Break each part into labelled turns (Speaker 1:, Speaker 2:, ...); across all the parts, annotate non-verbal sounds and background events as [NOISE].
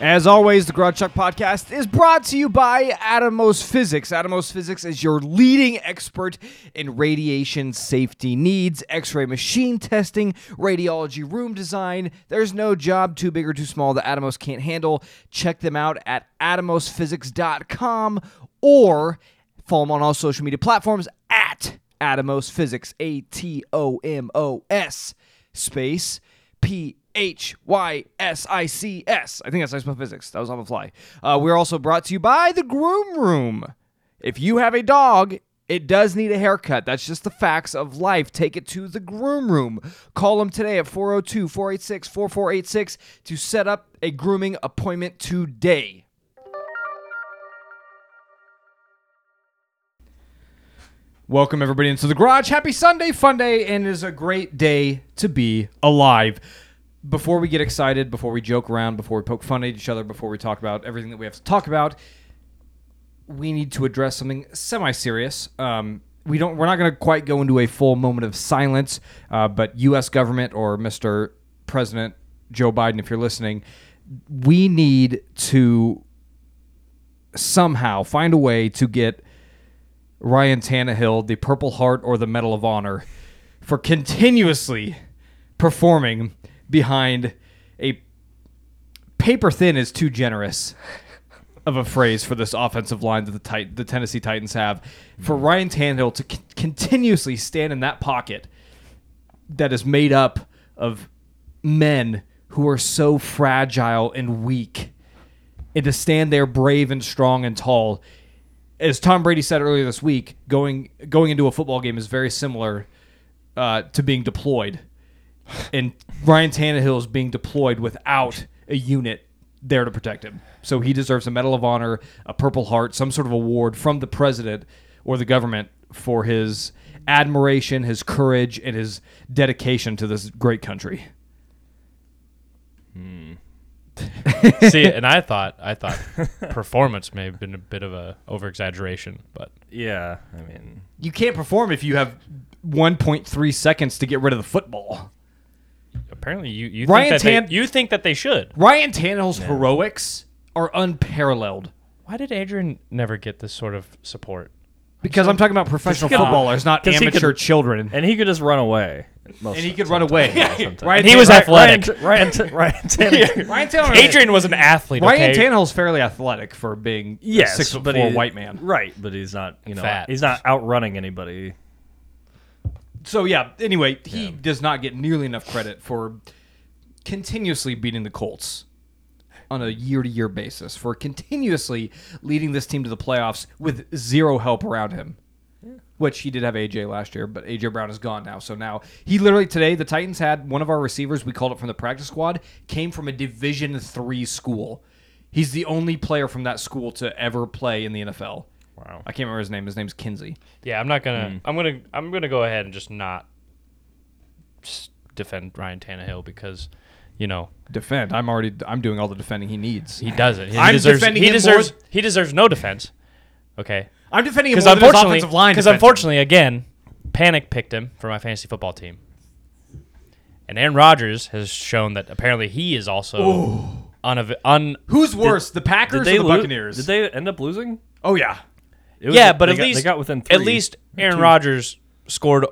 Speaker 1: As always, the Garage Chuck podcast is brought to you by Atomos Physics. Atomos Physics is your leading expert in radiation safety needs, x ray machine testing, radiology room design. There's no job too big or too small that Atomos can't handle. Check them out at atomosphysics.com or follow them on all social media platforms at Atomos Physics, A T O M O S space P H Y S I C S. I think that's how I spell physics. That was on the fly. Uh, we're also brought to you by the Groom Room. If you have a dog, it does need a haircut. That's just the facts of life. Take it to the groom room. Call them today at 402 486 4486 to set up a grooming appointment today. Welcome everybody into the garage. Happy Sunday, fun day, and it is a great day to be alive. Before we get excited, before we joke around, before we poke fun at each other, before we talk about everything that we have to talk about, we need to address something semi-serious. Um, we don't. We're not going to quite go into a full moment of silence, uh, but U.S. government or Mr. President Joe Biden, if you're listening, we need to somehow find a way to get Ryan Tannehill the Purple Heart or the Medal of Honor for continuously performing behind a paper thin is too generous of a phrase for this offensive line that the Tit- the Tennessee Titans have for Ryan Tannehill to con- continuously stand in that pocket that is made up of men who are so fragile and weak and to stand there brave and strong and tall as Tom Brady said earlier this week, going going into a football game is very similar uh, to being deployed, and Ryan Tannehill is being deployed without a unit there to protect him. So he deserves a Medal of Honor, a Purple Heart, some sort of award from the president or the government for his admiration, his courage, and his dedication to this great country. [LAUGHS]
Speaker 2: See, and I thought I thought performance may have been a bit of a over exaggeration, but
Speaker 3: Yeah, I mean,
Speaker 1: You can't perform if you have 1.3 seconds to get rid of the football.
Speaker 2: apparently you you
Speaker 1: Ryan
Speaker 2: think that
Speaker 1: Tan-
Speaker 2: they, you think that they should.
Speaker 1: Ryan Tannehill's heroics are unparalleled
Speaker 2: Why did Adrian never get this sort of support?
Speaker 1: because I'm talking about professional
Speaker 3: he could-
Speaker 1: footballers, not
Speaker 3: 'cause he
Speaker 1: amateur
Speaker 3: could-
Speaker 1: children. And,
Speaker 3: and he could just run away. Most
Speaker 1: he
Speaker 3: of-
Speaker 1: could run away.
Speaker 3: sometimes.
Speaker 1: Ryan
Speaker 2: And he was
Speaker 1: Tan-
Speaker 2: athletic.
Speaker 3: Ryan, T-
Speaker 1: [LAUGHS]
Speaker 3: Ryan, T- [LAUGHS] Ryan Tannehill.
Speaker 1: Ryan Tannehill.
Speaker 2: Adrian was an athlete.
Speaker 1: Ryan
Speaker 2: okay?
Speaker 1: Tannehill's fairly athletic for being
Speaker 3: Yes,
Speaker 1: a six foot
Speaker 3: but
Speaker 1: four
Speaker 3: he-
Speaker 1: white man.
Speaker 3: Right, but he's not. You know,
Speaker 2: Fat.
Speaker 3: he's not outrunning anybody.
Speaker 1: So yeah. Anyway, he does not get nearly enough credit for continuously beating the Colts on a year to year basis for continuously leading this team to the playoffs with zero help around him. Which he did have AJ last year, but AJ Brown is gone now. So now he literally today the Titans had one of our receivers we called it from the practice squad came from a Division three school. He's the only player from that school to ever play in the NFL.
Speaker 2: Wow.
Speaker 1: I can't remember his name. His name's Kinsey.
Speaker 2: Yeah, I'm not
Speaker 1: Hmm.
Speaker 2: gonna. I'm gonna. I'm gonna go ahead and just not s- defend Ryan Tannehill because you know
Speaker 1: Defend. I'm already. I'm doing all the defending he needs.
Speaker 2: he doesn't. He
Speaker 1: I'm
Speaker 2: deserves.
Speaker 1: defending
Speaker 2: He
Speaker 1: him
Speaker 2: deserves.
Speaker 1: more-
Speaker 2: He deserves no defense. Okay.
Speaker 1: I'm defending him
Speaker 2: Because
Speaker 1: more than his
Speaker 2: unfortunately,
Speaker 1: offensive line.
Speaker 2: because
Speaker 1: defense.
Speaker 2: unfortunately, again, panic picked him for my fantasy football team, and Aaron Rodgers has shown that apparently he is also unav- un.
Speaker 1: who's worse, the Packers
Speaker 3: Did they
Speaker 1: or the
Speaker 3: lo-
Speaker 1: Buccaneers?
Speaker 3: Did they end up losing?
Speaker 1: oh yeah,
Speaker 3: It was-
Speaker 2: yeah, but
Speaker 3: they
Speaker 2: at
Speaker 3: got-
Speaker 2: least
Speaker 3: they got within three.
Speaker 2: At least Aaron Rodgers scored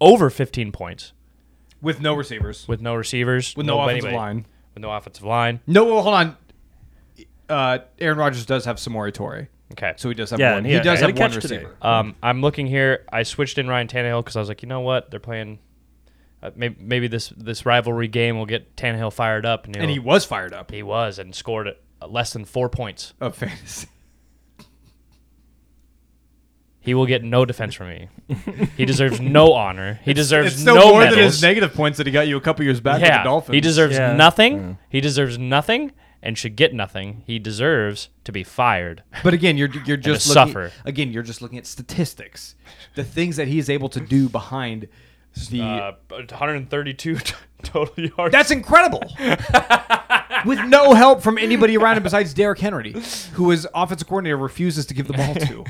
Speaker 2: over 15 points
Speaker 1: with no receivers, with,
Speaker 2: with no receivers,
Speaker 1: no, offensive
Speaker 2: anybody-
Speaker 1: line.
Speaker 2: with no offensive line.
Speaker 1: No, well, hold on. Uh, Aaron Rodgers does have Samori Torre,
Speaker 2: Okay,
Speaker 1: so he does have
Speaker 3: Yeah,
Speaker 1: one.
Speaker 3: and
Speaker 1: He,
Speaker 3: he had-
Speaker 1: does
Speaker 3: had a
Speaker 1: have one
Speaker 3: catch today.
Speaker 1: receiver.
Speaker 2: Um, I'm looking here. I switched in Ryan Tannehill because I was like, you know what? They're playing. Uh, maybe, maybe this this rivalry game will get Tannehill fired up, and, he'll-
Speaker 1: And he was fired up
Speaker 2: he was and scored uh, less than four points.
Speaker 1: of
Speaker 3: [LAUGHS]
Speaker 1: fantasy.
Speaker 2: He will get no defense
Speaker 1: [LAUGHS]
Speaker 2: from me. he deserves no honor. He deserves
Speaker 1: It's still
Speaker 2: no
Speaker 1: more
Speaker 2: medals.
Speaker 1: than his negative points that he got you a couple years back with
Speaker 2: yeah,
Speaker 1: the Dolphins.
Speaker 2: he deserves
Speaker 3: Yeah.
Speaker 2: nothing. He deserves nothing and should get nothing. He deserves to be fired.
Speaker 1: But again, you're you're just
Speaker 2: to
Speaker 1: looking,
Speaker 2: suffer.
Speaker 1: Again, you're just looking at statistics, the things that he is able to do behind the
Speaker 2: Uh, 132 t- [LAUGHS] total yards.
Speaker 1: That's incredible. With no help from anybody around him besides Derrick Henry, who his offensive coordinator refuses to give the ball to.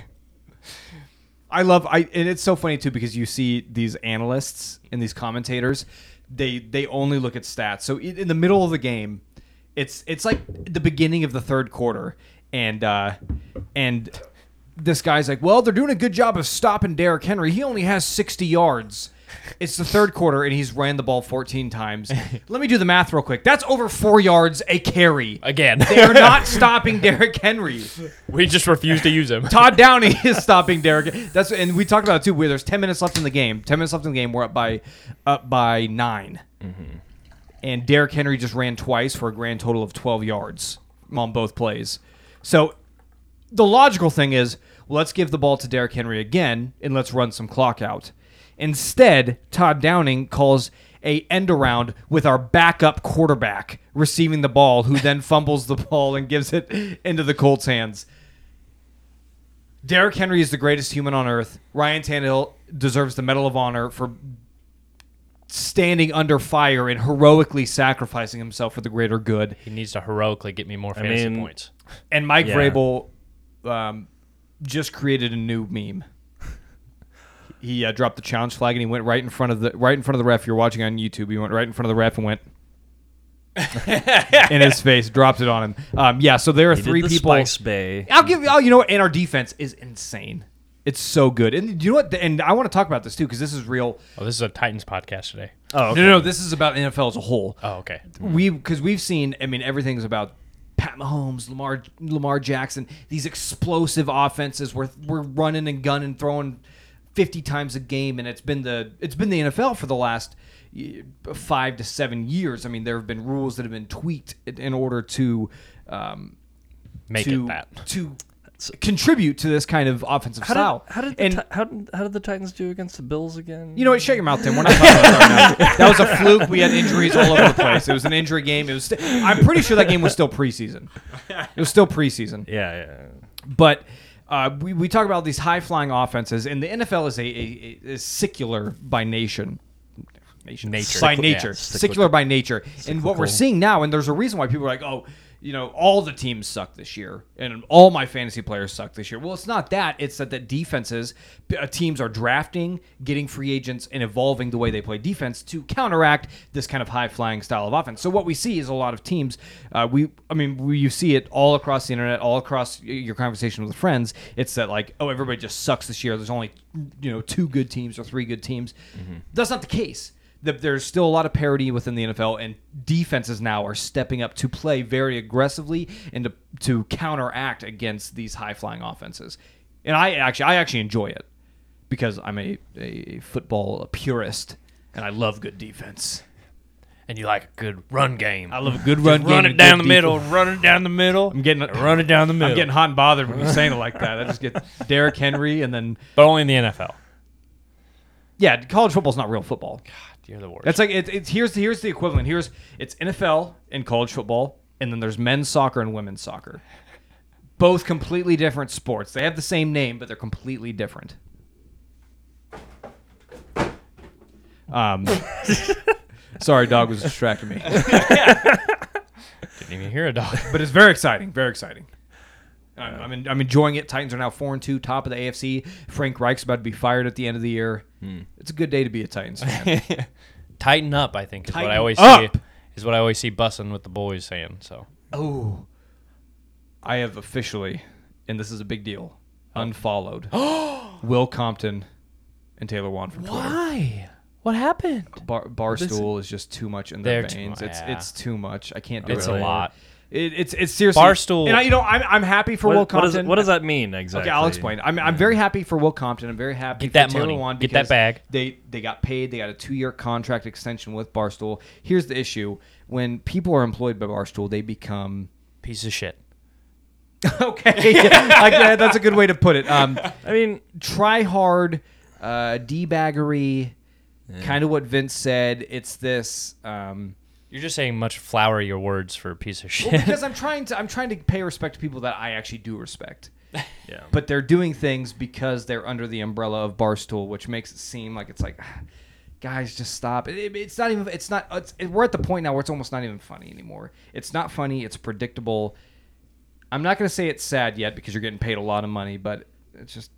Speaker 1: I love I and it's so funny too because you see these analysts and these commentators, they they only look at stats. So in in the middle of the game, It's it's like the beginning of the third quarter, and uh, and this guy's like, well, they're doing a good job of stopping Derrick Henry. He only has 60 yards. It's the third quarter, and he's ran the ball 14 times. Let me do the math real quick. That's over four yards a carry. [LAUGHS]
Speaker 2: Again, [LAUGHS]
Speaker 1: They're not stopping Derrick Henry.
Speaker 2: we just refuse to use him.
Speaker 1: Todd Downey is stopping Derrick. That's and we talked about it too. Where there's ten minutes left in the game. Ten minutes left in the game. We're up by up by 9 and Derrick Henry just ran twice for a grand total of twelve yards on both plays. So the logical thing is let's give the ball to Derrick Henry again and let's run some clock out. Instead, Todd Downing calls a end around with our backup quarterback receiving the ball, who then fumbles the ball and gives it into the Colts' hands. Derrick Henry is the greatest human on earth. Ryan Tannehill deserves the Medal of Honor for standing under fire and heroically sacrificing himself for the greater good.
Speaker 2: He needs to heroically get me more fantasy
Speaker 3: mean-
Speaker 2: points.
Speaker 1: And Mike
Speaker 3: Yeah.
Speaker 1: Vrabel um, just created a new meme. [LAUGHS] He uh, dropped the challenge flag and he went right in front of the right in front of the ref. You're watching on YouTube. He went right in front of the ref and
Speaker 3: [LAUGHS]
Speaker 1: went in his face, dropped it on him. Um, yeah, so there are
Speaker 3: He did
Speaker 1: three
Speaker 3: the
Speaker 1: people.
Speaker 3: Spice Bay.
Speaker 1: I'll give you. Oh, you know what? And our defense is insane. It's so good. And you know what? And I want to talk about this too because this is real.
Speaker 2: Oh, this is a Titans podcast today.
Speaker 3: Oh, okay.
Speaker 1: No, no, no. This is about NFL as a whole.
Speaker 2: Oh, okay.
Speaker 1: Uh, we because we've seen. I mean, everything's about Pat Mahomes, Lamar, Lamar Jackson. These explosive offenses where we're running and gunning, throwing fifty times a game, and it's been the it's been the NFL for the last y- five to seven years. I mean, there have been rules that have been tweaked in- in order to um,
Speaker 2: Make
Speaker 1: to
Speaker 2: it that.
Speaker 1: to contribute to this kind of offensive
Speaker 3: How
Speaker 1: style.
Speaker 3: did, how, did the
Speaker 1: and
Speaker 3: Ti- how, did- how did the Titans do against the Bills again?
Speaker 1: you know what? Shut your mouth, Tim. We're not talking about that right now.
Speaker 2: [LAUGHS]
Speaker 1: That was a fluke. We had injuries all over the place. It was an injury game. It was. St- I'm pretty sure that game was still preseason. It was still preseason.
Speaker 3: Yeah, yeah.
Speaker 1: But uh, we we talk about these high flying offenses, and the NFL is a, a, a is secular by nation. Nation.
Speaker 2: Nature.
Speaker 1: By
Speaker 2: Cycl-
Speaker 1: nature.
Speaker 2: yeah,
Speaker 1: secular by nature. And what we're seeing now, and there's a reason why people are like, oh, you know, all the teams suck this year, and all my fantasy players suck this year. Well, it's not that. It's that the defenses, p- uh, teams are drafting, getting free agents, and evolving the way they play defense to counteract this kind of high flying style of offense. So what we see is a lot of teams. Uh, we, I mean, we, you see it all across the internet, all across y- your conversation with friends. It's that like, oh, everybody just sucks this year. There's only, you know, two good teams or three good teams. That's not the case that there's still a lot of parity within the NFL, and defenses now are stepping up to play very aggressively and to, to counteract against these high flying offenses. And I actually, I actually enjoy it because I'm a, a football purist and I love good defense.
Speaker 2: And you like a good run game.
Speaker 1: I love a good
Speaker 2: Just
Speaker 1: run,
Speaker 2: Run
Speaker 1: game, a
Speaker 2: it
Speaker 1: good
Speaker 2: down the
Speaker 1: defense.
Speaker 2: middle. Run it down the middle.
Speaker 1: I'm getting-
Speaker 2: Run it down the middle.
Speaker 1: I'm getting hot and bothered when you're saying it like that. I just get Derrick Henry, and then
Speaker 2: but only in the NFL.
Speaker 1: yeah, college football's not real football.
Speaker 2: You're the worst.
Speaker 1: That's like it, it's here's here's the equivalent. Here's it's NFL and college football, and then there's men's soccer and women's soccer. Both completely different sports. They have the same name, but they're completely different. Um, [LAUGHS] sorry, dog was distracting me,
Speaker 2: Didn't even hear a dog.
Speaker 1: but it's very exciting. Very exciting. I'm I'm, en- I'm enjoying it. Titans are now four and two, top of the AFC. Frank Reich's about to be fired at the end of the year. It's a good day to be a Titans fan.
Speaker 2: Tighten up, I think, is what I
Speaker 1: Tighten
Speaker 2: always
Speaker 1: up.
Speaker 2: see. Is what I always see bussing with the boys saying. So
Speaker 1: Oh, I have officially, and this is a big deal, unfollowed Will Compton and Taylor Wan from Twitter.
Speaker 2: why? What happened?
Speaker 1: Bar, barstool is just too much in their
Speaker 2: They're too-
Speaker 1: veins. it's
Speaker 2: yeah.
Speaker 1: it's too much. I can't do
Speaker 2: It's
Speaker 1: it.
Speaker 2: a lot.
Speaker 1: It, it's it's seriously
Speaker 2: Barstool-
Speaker 1: And I, you know, I'm, I'm happy for
Speaker 3: What,
Speaker 1: Will
Speaker 3: what,
Speaker 1: Compton.
Speaker 3: is, what does that mean exactly?
Speaker 1: Okay, I'll explain. I'm, I'm very happy for Will Compton. I'm very happy
Speaker 2: Get that
Speaker 1: for Taylor
Speaker 2: money.
Speaker 1: Wan
Speaker 2: Get that
Speaker 1: because
Speaker 2: bag.
Speaker 1: They they got paid. They got a two year contract extension with Barstool. Here's the issue: when people are employed by Barstool, they become
Speaker 2: Piece of shit.
Speaker 1: [LAUGHS] okay, like that, that's a good way to put it. Um,
Speaker 3: I mean,
Speaker 1: try hard, uh, debaggery, kind of what Vince said. It's this um,
Speaker 2: You're just saying much flower your words for a piece of shit.
Speaker 1: because I'm trying to I'm trying to pay respect to people that I actually do
Speaker 2: [LAUGHS]
Speaker 1: respect,
Speaker 3: yeah.
Speaker 1: but they're doing things because they're under the umbrella of Barstool, which makes it seem like it's like. [SIGHS] Guys, just stop. It- it- it's not even. It's not. It's, it, we're at the point now where it's almost not even funny anymore. It's not funny. It's predictable. I'm not gonna say it's sad yet because you're getting paid a lot of money, but it's just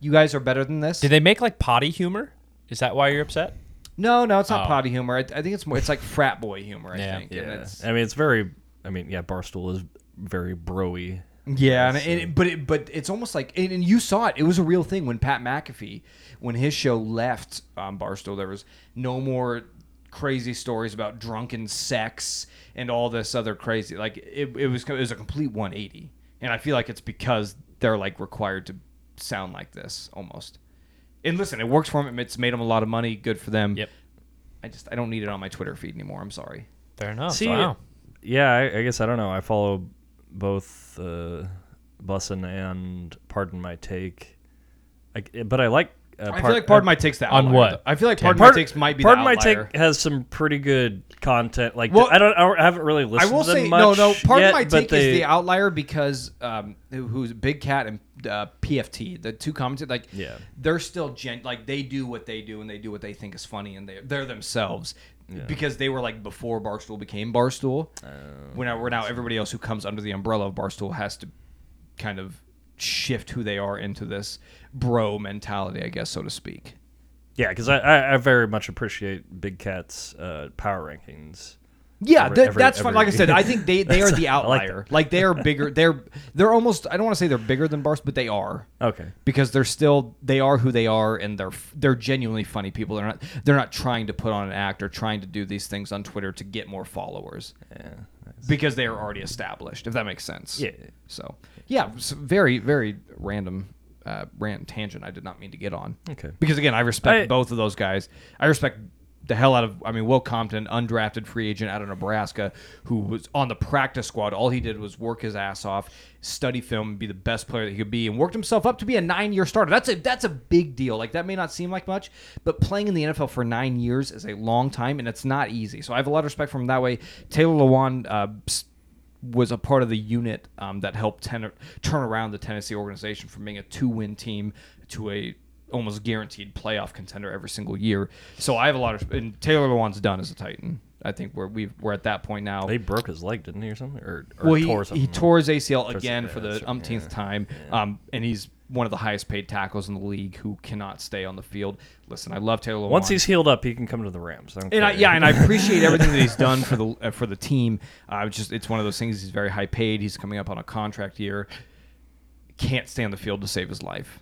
Speaker 1: you guys are better than this.
Speaker 2: [LAUGHS] Did they make like potty humor? Is that why you're upset?
Speaker 1: No, no, it's not
Speaker 2: Oh.
Speaker 1: potty humor. I, I think it's more. It's like frat boy humor. I
Speaker 2: Yeah.
Speaker 1: think. and
Speaker 3: yeah.
Speaker 1: it's-
Speaker 3: I mean, it's very. I mean, yeah, Barstool is very broy.
Speaker 1: Yeah, and, and but it, but it's almost like and, and you saw it. It was a real thing when Pat McAfee, when his show left um, Barstool, there was no more crazy stories about drunken sex and all this other crazy. Like it, it was it was a complete 180, and I feel like it's because they're like required to sound like this almost. And listen, it works for them. It's made them a lot of money. Good for them.
Speaker 2: Yep.
Speaker 1: I just I don't need it on my Twitter feed anymore. I'm sorry.
Speaker 2: Fair enough.
Speaker 3: See,
Speaker 2: wow.
Speaker 3: yeah, I, I guess I don't know. I follow both uh, Bussin and Pardon My Take, I, but I like. Uh,
Speaker 1: I feel like part of my takes the
Speaker 2: on
Speaker 1: outlier,
Speaker 2: what?
Speaker 1: though. I feel like part of my
Speaker 3: Pardon-
Speaker 1: takes might be
Speaker 3: Pardon
Speaker 1: the
Speaker 3: My
Speaker 1: outlier.
Speaker 3: Take has some pretty good content. Like
Speaker 1: Well,
Speaker 3: I don't, I don't- I haven't really
Speaker 1: I
Speaker 3: listened.
Speaker 1: will
Speaker 3: to them
Speaker 1: say no,
Speaker 3: much
Speaker 1: no. Part
Speaker 3: yet,
Speaker 1: of my
Speaker 3: but
Speaker 1: take
Speaker 3: they-
Speaker 1: is the outlier because um, who- who's Big Cat and uh, PFT, the two commentators, like
Speaker 3: Yeah.
Speaker 1: they're still gen, like they do what they do and they do what they think is funny and they they're themselves because they were like before Barstool became Barstool.
Speaker 3: Oh,
Speaker 1: when now we're now everybody else who comes under the umbrella of Barstool has to kind of shift who they are into this bro mentality, I guess, so to speak.
Speaker 3: Yeah, because I, I, I very much appreciate Big Cat's uh, power rankings.
Speaker 1: Yeah,
Speaker 3: Every-
Speaker 1: that-
Speaker 3: every-
Speaker 1: that's fun.
Speaker 3: every-
Speaker 1: Like I said, I think they,
Speaker 3: [LAUGHS]
Speaker 1: they are
Speaker 3: That's-
Speaker 1: the
Speaker 3: I like
Speaker 1: outlier. like, they
Speaker 3: [LAUGHS]
Speaker 1: are bigger. They're they're almost. I don't want to say they're bigger than Barst, but they are
Speaker 3: Okay.
Speaker 1: because they're still they are who they are, and they're f- they're genuinely funny people. They're not they're not trying to put on an act or trying to do these things on Twitter to get more followers
Speaker 3: Yeah.
Speaker 1: because they are already established. If that makes sense.
Speaker 3: Yeah.
Speaker 1: So yeah, s- very very random. Uh, rant tangent I did not mean to get on
Speaker 3: Okay.
Speaker 1: because again I respect
Speaker 3: I-
Speaker 1: both of those guys. I respect the hell out of I mean Will Compton, undrafted free agent out of Nebraska, who was on the practice squad. All he did was work his ass off, study film, be the best player that he could be, and worked himself up to be a nine year starter. That's a that's a big deal. Like that may not seem like much, but playing in the NFL for nine years is a long time, and it's not easy. So I have a lot of respect for him that way. Taylor Lewan. Uh, s- was a part of the unit um, that helped ten- turn around the Tennessee organization from being a two-win team to a almost guaranteed playoff contender every single year. So I have a lot of and Taylor Lewan's done as a Titan. I think we're we've, we're at that point now.
Speaker 3: They broke his leg, didn't he, or something? Or, or
Speaker 1: well, he,
Speaker 3: tore something.
Speaker 1: he tore his ACL again
Speaker 3: yeah,
Speaker 1: for
Speaker 3: that's
Speaker 1: the
Speaker 3: right,
Speaker 1: umpteenth time, um, and he's one of the highest paid tackles in the league who cannot stay on the field. Listen, I love Taylor Lewan.
Speaker 3: Once he's healed up, he can come to the Rams. I don't
Speaker 1: And I,
Speaker 3: care.
Speaker 1: yeah, and I appreciate everything that he's done for
Speaker 2: [LAUGHS]
Speaker 1: the uh, for the team. Uh, it's just it's one of those things. He's very high paid. He's coming up on a contract year. Can't stay on the field to save his life.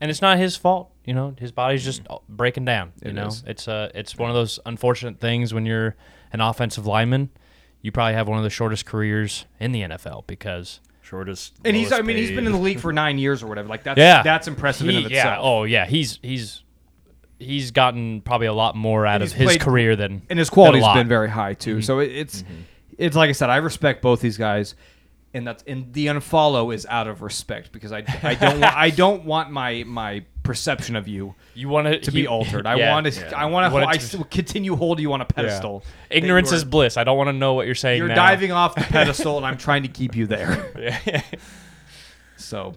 Speaker 2: and it's not his fault. You know, his body's just breaking down. You
Speaker 1: It
Speaker 2: know,
Speaker 1: is.
Speaker 2: it's uh, it's one of those unfortunate things when you're an offensive lineman. You probably have one of the shortest careers in the NFL because
Speaker 3: shortest.
Speaker 1: And he's I
Speaker 3: lowest
Speaker 1: mean he's been
Speaker 3: paid.
Speaker 1: in the league for nine years or whatever. Like that's
Speaker 2: yeah,
Speaker 1: that's impressive in
Speaker 2: He-
Speaker 1: and of
Speaker 2: yeah,
Speaker 1: itself.
Speaker 2: oh yeah, he's he's he's gotten probably a lot more out of
Speaker 1: he's
Speaker 2: his
Speaker 1: played-
Speaker 2: career than
Speaker 1: and his quality's
Speaker 2: than a lot. Mm-hmm.
Speaker 1: been very high too. So it, it's it's like I said, I respect both these guys, and that's and the unfollow is out of respect because I I don't want,
Speaker 2: [LAUGHS]
Speaker 1: I don't want my my perception of you
Speaker 2: You want
Speaker 1: to be altered.
Speaker 2: [LAUGHS]
Speaker 1: I want to I
Speaker 2: You
Speaker 1: want
Speaker 2: want
Speaker 1: to
Speaker 2: it
Speaker 1: I
Speaker 2: to-
Speaker 1: still continue holding you on a pedestal. that you
Speaker 2: Ignorance
Speaker 1: are-
Speaker 2: is bliss. I don't want to know what you're saying.
Speaker 1: You're
Speaker 2: now.
Speaker 1: diving off the pedestal, and I'm trying to keep you there.
Speaker 2: [LAUGHS] Yeah.
Speaker 1: So,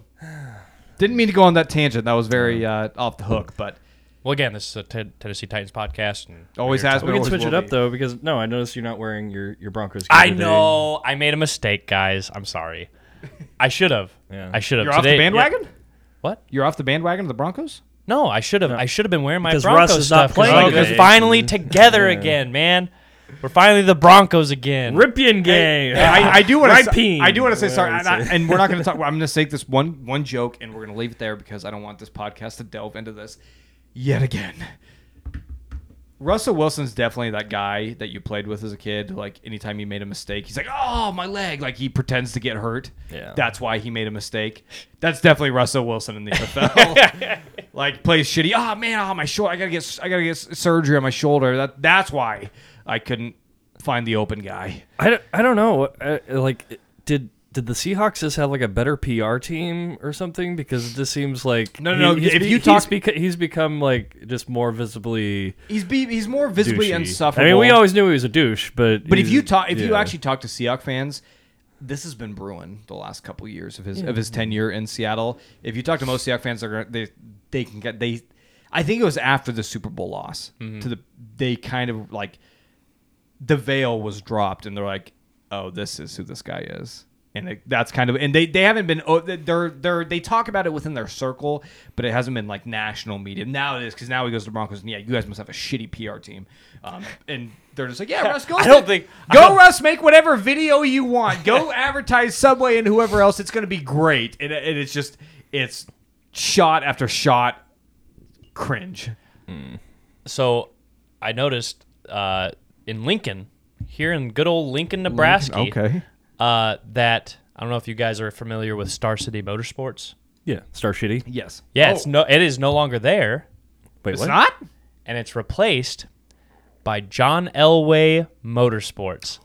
Speaker 1: didn't mean to go on that tangent. That was very uh, off the hook, but
Speaker 2: well, again, this is a Ten- Tennessee Titans podcast, and
Speaker 1: always has been.
Speaker 3: We can
Speaker 1: always
Speaker 3: switch
Speaker 1: will
Speaker 3: it up
Speaker 1: be.
Speaker 3: though, because no, I noticed you're not wearing your your Broncos. gear
Speaker 2: I
Speaker 3: today.
Speaker 2: know I made a mistake, guys.
Speaker 1: [LAUGHS]
Speaker 2: I'm sorry. I should have.
Speaker 3: Yeah.
Speaker 2: I should have.
Speaker 1: You're off the
Speaker 2: Today-
Speaker 1: bandwagon.
Speaker 2: What?
Speaker 1: You're off the bandwagon of the Broncos.
Speaker 2: No, I should have. I should have been wearing my
Speaker 3: Because
Speaker 2: Broncos
Speaker 3: Russ is not
Speaker 2: stuff. 'cause
Speaker 3: playing
Speaker 2: we're
Speaker 3: today. [LAUGHS]
Speaker 2: finally together again, man. We're finally the Broncos again.
Speaker 3: Ripian game.
Speaker 1: I, I do want
Speaker 3: Right
Speaker 1: to.
Speaker 3: peen.
Speaker 1: I do want to say sorry,
Speaker 3: Yeah,
Speaker 1: and, I, and we're not
Speaker 3: [LAUGHS]
Speaker 1: going to talk. I'm going to take this one one joke, and we're going to leave it there because I don't want this podcast to delve into this yet again. Russell Wilson's definitely that guy that you played with as a kid. Like anytime he made a mistake, he's like, "Oh, my leg!" Like he pretends to get hurt.
Speaker 3: Yeah.
Speaker 1: that's why he made a mistake. That's definitely Russell Wilson in the
Speaker 3: [LAUGHS]
Speaker 1: NFL. like plays shitty. Oh man, oh my shoulder. I gotta get. I gotta get s- surgery on my shoulder. That that's why I couldn't find the open guy.
Speaker 3: I don't, I don't know. I, like, did did the Seahawks just have like a better PR team or something? Because this seems like
Speaker 1: No, no, no,
Speaker 3: he's
Speaker 1: if
Speaker 3: be-
Speaker 1: you
Speaker 3: he's
Speaker 1: talk-
Speaker 3: beca- he's become like just more visibly.
Speaker 1: He's be, he's more visibly
Speaker 3: douchey.
Speaker 1: insufferable.
Speaker 3: I mean, we always knew he was a douche, but
Speaker 1: But if
Speaker 3: he's-
Speaker 1: you talk, if you
Speaker 3: yeah.
Speaker 1: actually talk to Seahawks fans, this has been brewing the last couple years of his of his tenure in Seattle. If you talk to most Seahawks fans, they're gonna, they they can get they. I think it was after the Super Bowl loss
Speaker 3: Mm-hmm.
Speaker 1: to the they kind of like the veil was dropped and they're like, oh, this is who this guy is. and it, that's kind of and they, they haven't been oh, they're they're they talk about it within their circle, but it hasn't been like national media. Now it is because now he goes to Broncos and yeah, you guys must have a shitty PR team, um, and they're just like
Speaker 2: [LAUGHS]
Speaker 1: yeah, Russ, go.
Speaker 2: I
Speaker 1: with
Speaker 2: don't
Speaker 1: it.
Speaker 2: think- I
Speaker 1: go,
Speaker 2: don't-
Speaker 1: Russ. Make whatever video you want.
Speaker 2: [LAUGHS]
Speaker 1: Go advertise Subway and whoever else. It's going to be great, and, and it's just it's shot after shot, cringe.
Speaker 2: So I noticed uh, in Lincoln, here in good old Lincoln, Nebraska, uh, that I don't know if you guys are familiar with Star City Motorsports.
Speaker 3: Yeah, Star City.
Speaker 1: Yes.
Speaker 2: Yeah,
Speaker 1: Oh,
Speaker 2: it's no, it is no longer there,
Speaker 3: Wait,
Speaker 1: it's
Speaker 3: what?
Speaker 1: not.
Speaker 2: and it's replaced by John Elway Motorsports.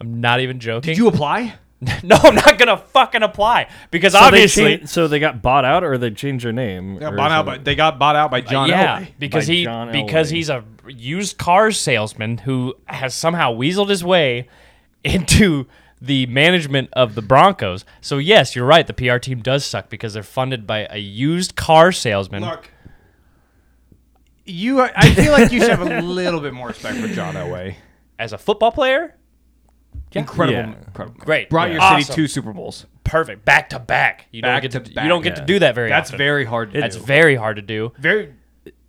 Speaker 2: I'm not even joking.
Speaker 1: Did you apply?
Speaker 2: [LAUGHS] no, I'm not gonna fucking apply because
Speaker 3: So they,
Speaker 2: obviously,
Speaker 3: changed- so they got bought out, or they changed their name.
Speaker 1: They
Speaker 3: or
Speaker 1: got bought out
Speaker 3: something?
Speaker 1: by, they got bought out by John
Speaker 2: yeah,
Speaker 1: Elway.
Speaker 2: because
Speaker 3: By
Speaker 2: he
Speaker 3: John
Speaker 2: because
Speaker 3: Elway.
Speaker 2: he's a used car salesman who has somehow weaseled his way [LAUGHS] into the management of the Broncos. So yes, you're right. The PR team does suck because they're funded by a used car salesman.
Speaker 1: Look, you. I feel like you should have a [LAUGHS] little bit more respect for John Elway.
Speaker 2: As a football player,
Speaker 1: Incredible,
Speaker 3: Yeah.
Speaker 1: incredible.
Speaker 2: Great.
Speaker 1: Brought your
Speaker 2: Yeah.
Speaker 1: city
Speaker 2: Awesome.
Speaker 1: two Super Bowls.
Speaker 2: perfect back to back. You
Speaker 1: Back
Speaker 2: don't get
Speaker 1: to
Speaker 2: to,
Speaker 1: back,
Speaker 2: you don't get
Speaker 3: yeah.
Speaker 2: to do that very
Speaker 1: That's
Speaker 2: often.
Speaker 1: very hard to
Speaker 2: That's
Speaker 1: do.
Speaker 2: very hard to do.
Speaker 1: Very.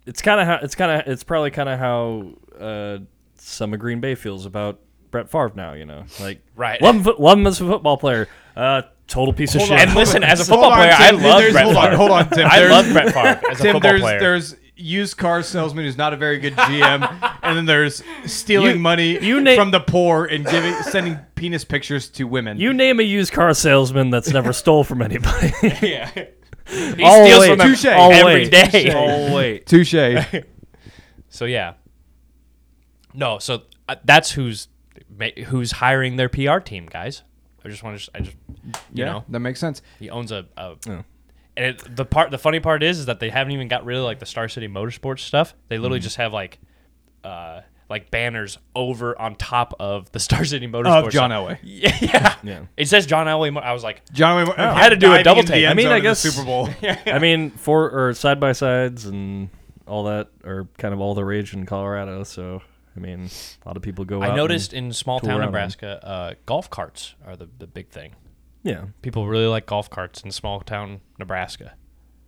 Speaker 3: It's kind of how. It's kind of. It's probably kind of how uh, some of Green Bay feels about Brett Favre now. You know, like
Speaker 2: Right.
Speaker 3: Love, him fo- love him as a football player. Uh, total piece of shit.
Speaker 2: And listen,
Speaker 1: [LAUGHS]
Speaker 2: as a
Speaker 1: Hold
Speaker 2: football
Speaker 1: on,
Speaker 2: player, I
Speaker 1: Tim.
Speaker 2: love
Speaker 1: There's-
Speaker 2: Brett
Speaker 1: hold on,
Speaker 2: Favre.
Speaker 1: hold on, Tim.
Speaker 2: I
Speaker 1: There's-
Speaker 2: love Brett Favre as a
Speaker 1: Tim,
Speaker 2: football
Speaker 1: there's
Speaker 2: player.
Speaker 1: there's used car salesman who's not a very good GM, and then there's stealing
Speaker 3: You-
Speaker 1: money
Speaker 3: you na-
Speaker 1: from the poor and giving sending penis pictures to women.
Speaker 3: you name a used car salesman that's
Speaker 2: [LAUGHS]
Speaker 3: never stole from anybody.
Speaker 2: yeah. He
Speaker 3: Always.
Speaker 2: steals from
Speaker 1: Touche.
Speaker 2: him every
Speaker 3: Always.
Speaker 2: day.
Speaker 3: oh
Speaker 2: [LAUGHS]
Speaker 3: wait,
Speaker 1: touche.
Speaker 2: So yeah. No, so uh, that's who's ma- who's hiring their PR team, guys. I just want to, I just,
Speaker 1: yeah,
Speaker 2: you
Speaker 1: Oh.
Speaker 2: know,
Speaker 1: that makes sense.
Speaker 2: he owns a, a and it, the part, the funny part is, is that they haven't even got rid of like the Star City Motorsports stuff. They literally
Speaker 1: Mm-hmm.
Speaker 2: just have like, uh, like banners over on top of the [LAUGHS] Star City Motorsports
Speaker 1: Of John
Speaker 2: stuff.
Speaker 1: Elway.
Speaker 2: Yeah, [LAUGHS] yeah,
Speaker 3: Yeah.
Speaker 2: It says John Elway. Mo- I was like,
Speaker 1: John Elway.
Speaker 2: I had to do a
Speaker 1: Oh. diving
Speaker 2: double
Speaker 1: into the
Speaker 2: take. I
Speaker 1: end
Speaker 3: mean, I
Speaker 1: zone of the
Speaker 3: guess-
Speaker 1: Super
Speaker 2: [LAUGHS]
Speaker 1: Bowl.
Speaker 3: I mean, four or side by sides and all that are kind of all the rage in Colorado. So, I mean, a lot of people go. out
Speaker 2: I
Speaker 3: and-
Speaker 2: noticed in small
Speaker 3: around
Speaker 2: town
Speaker 3: 'em.
Speaker 2: Nebraska, uh, golf carts are the, the big thing.
Speaker 3: yeah,
Speaker 2: People really like golf carts in small town Nebraska,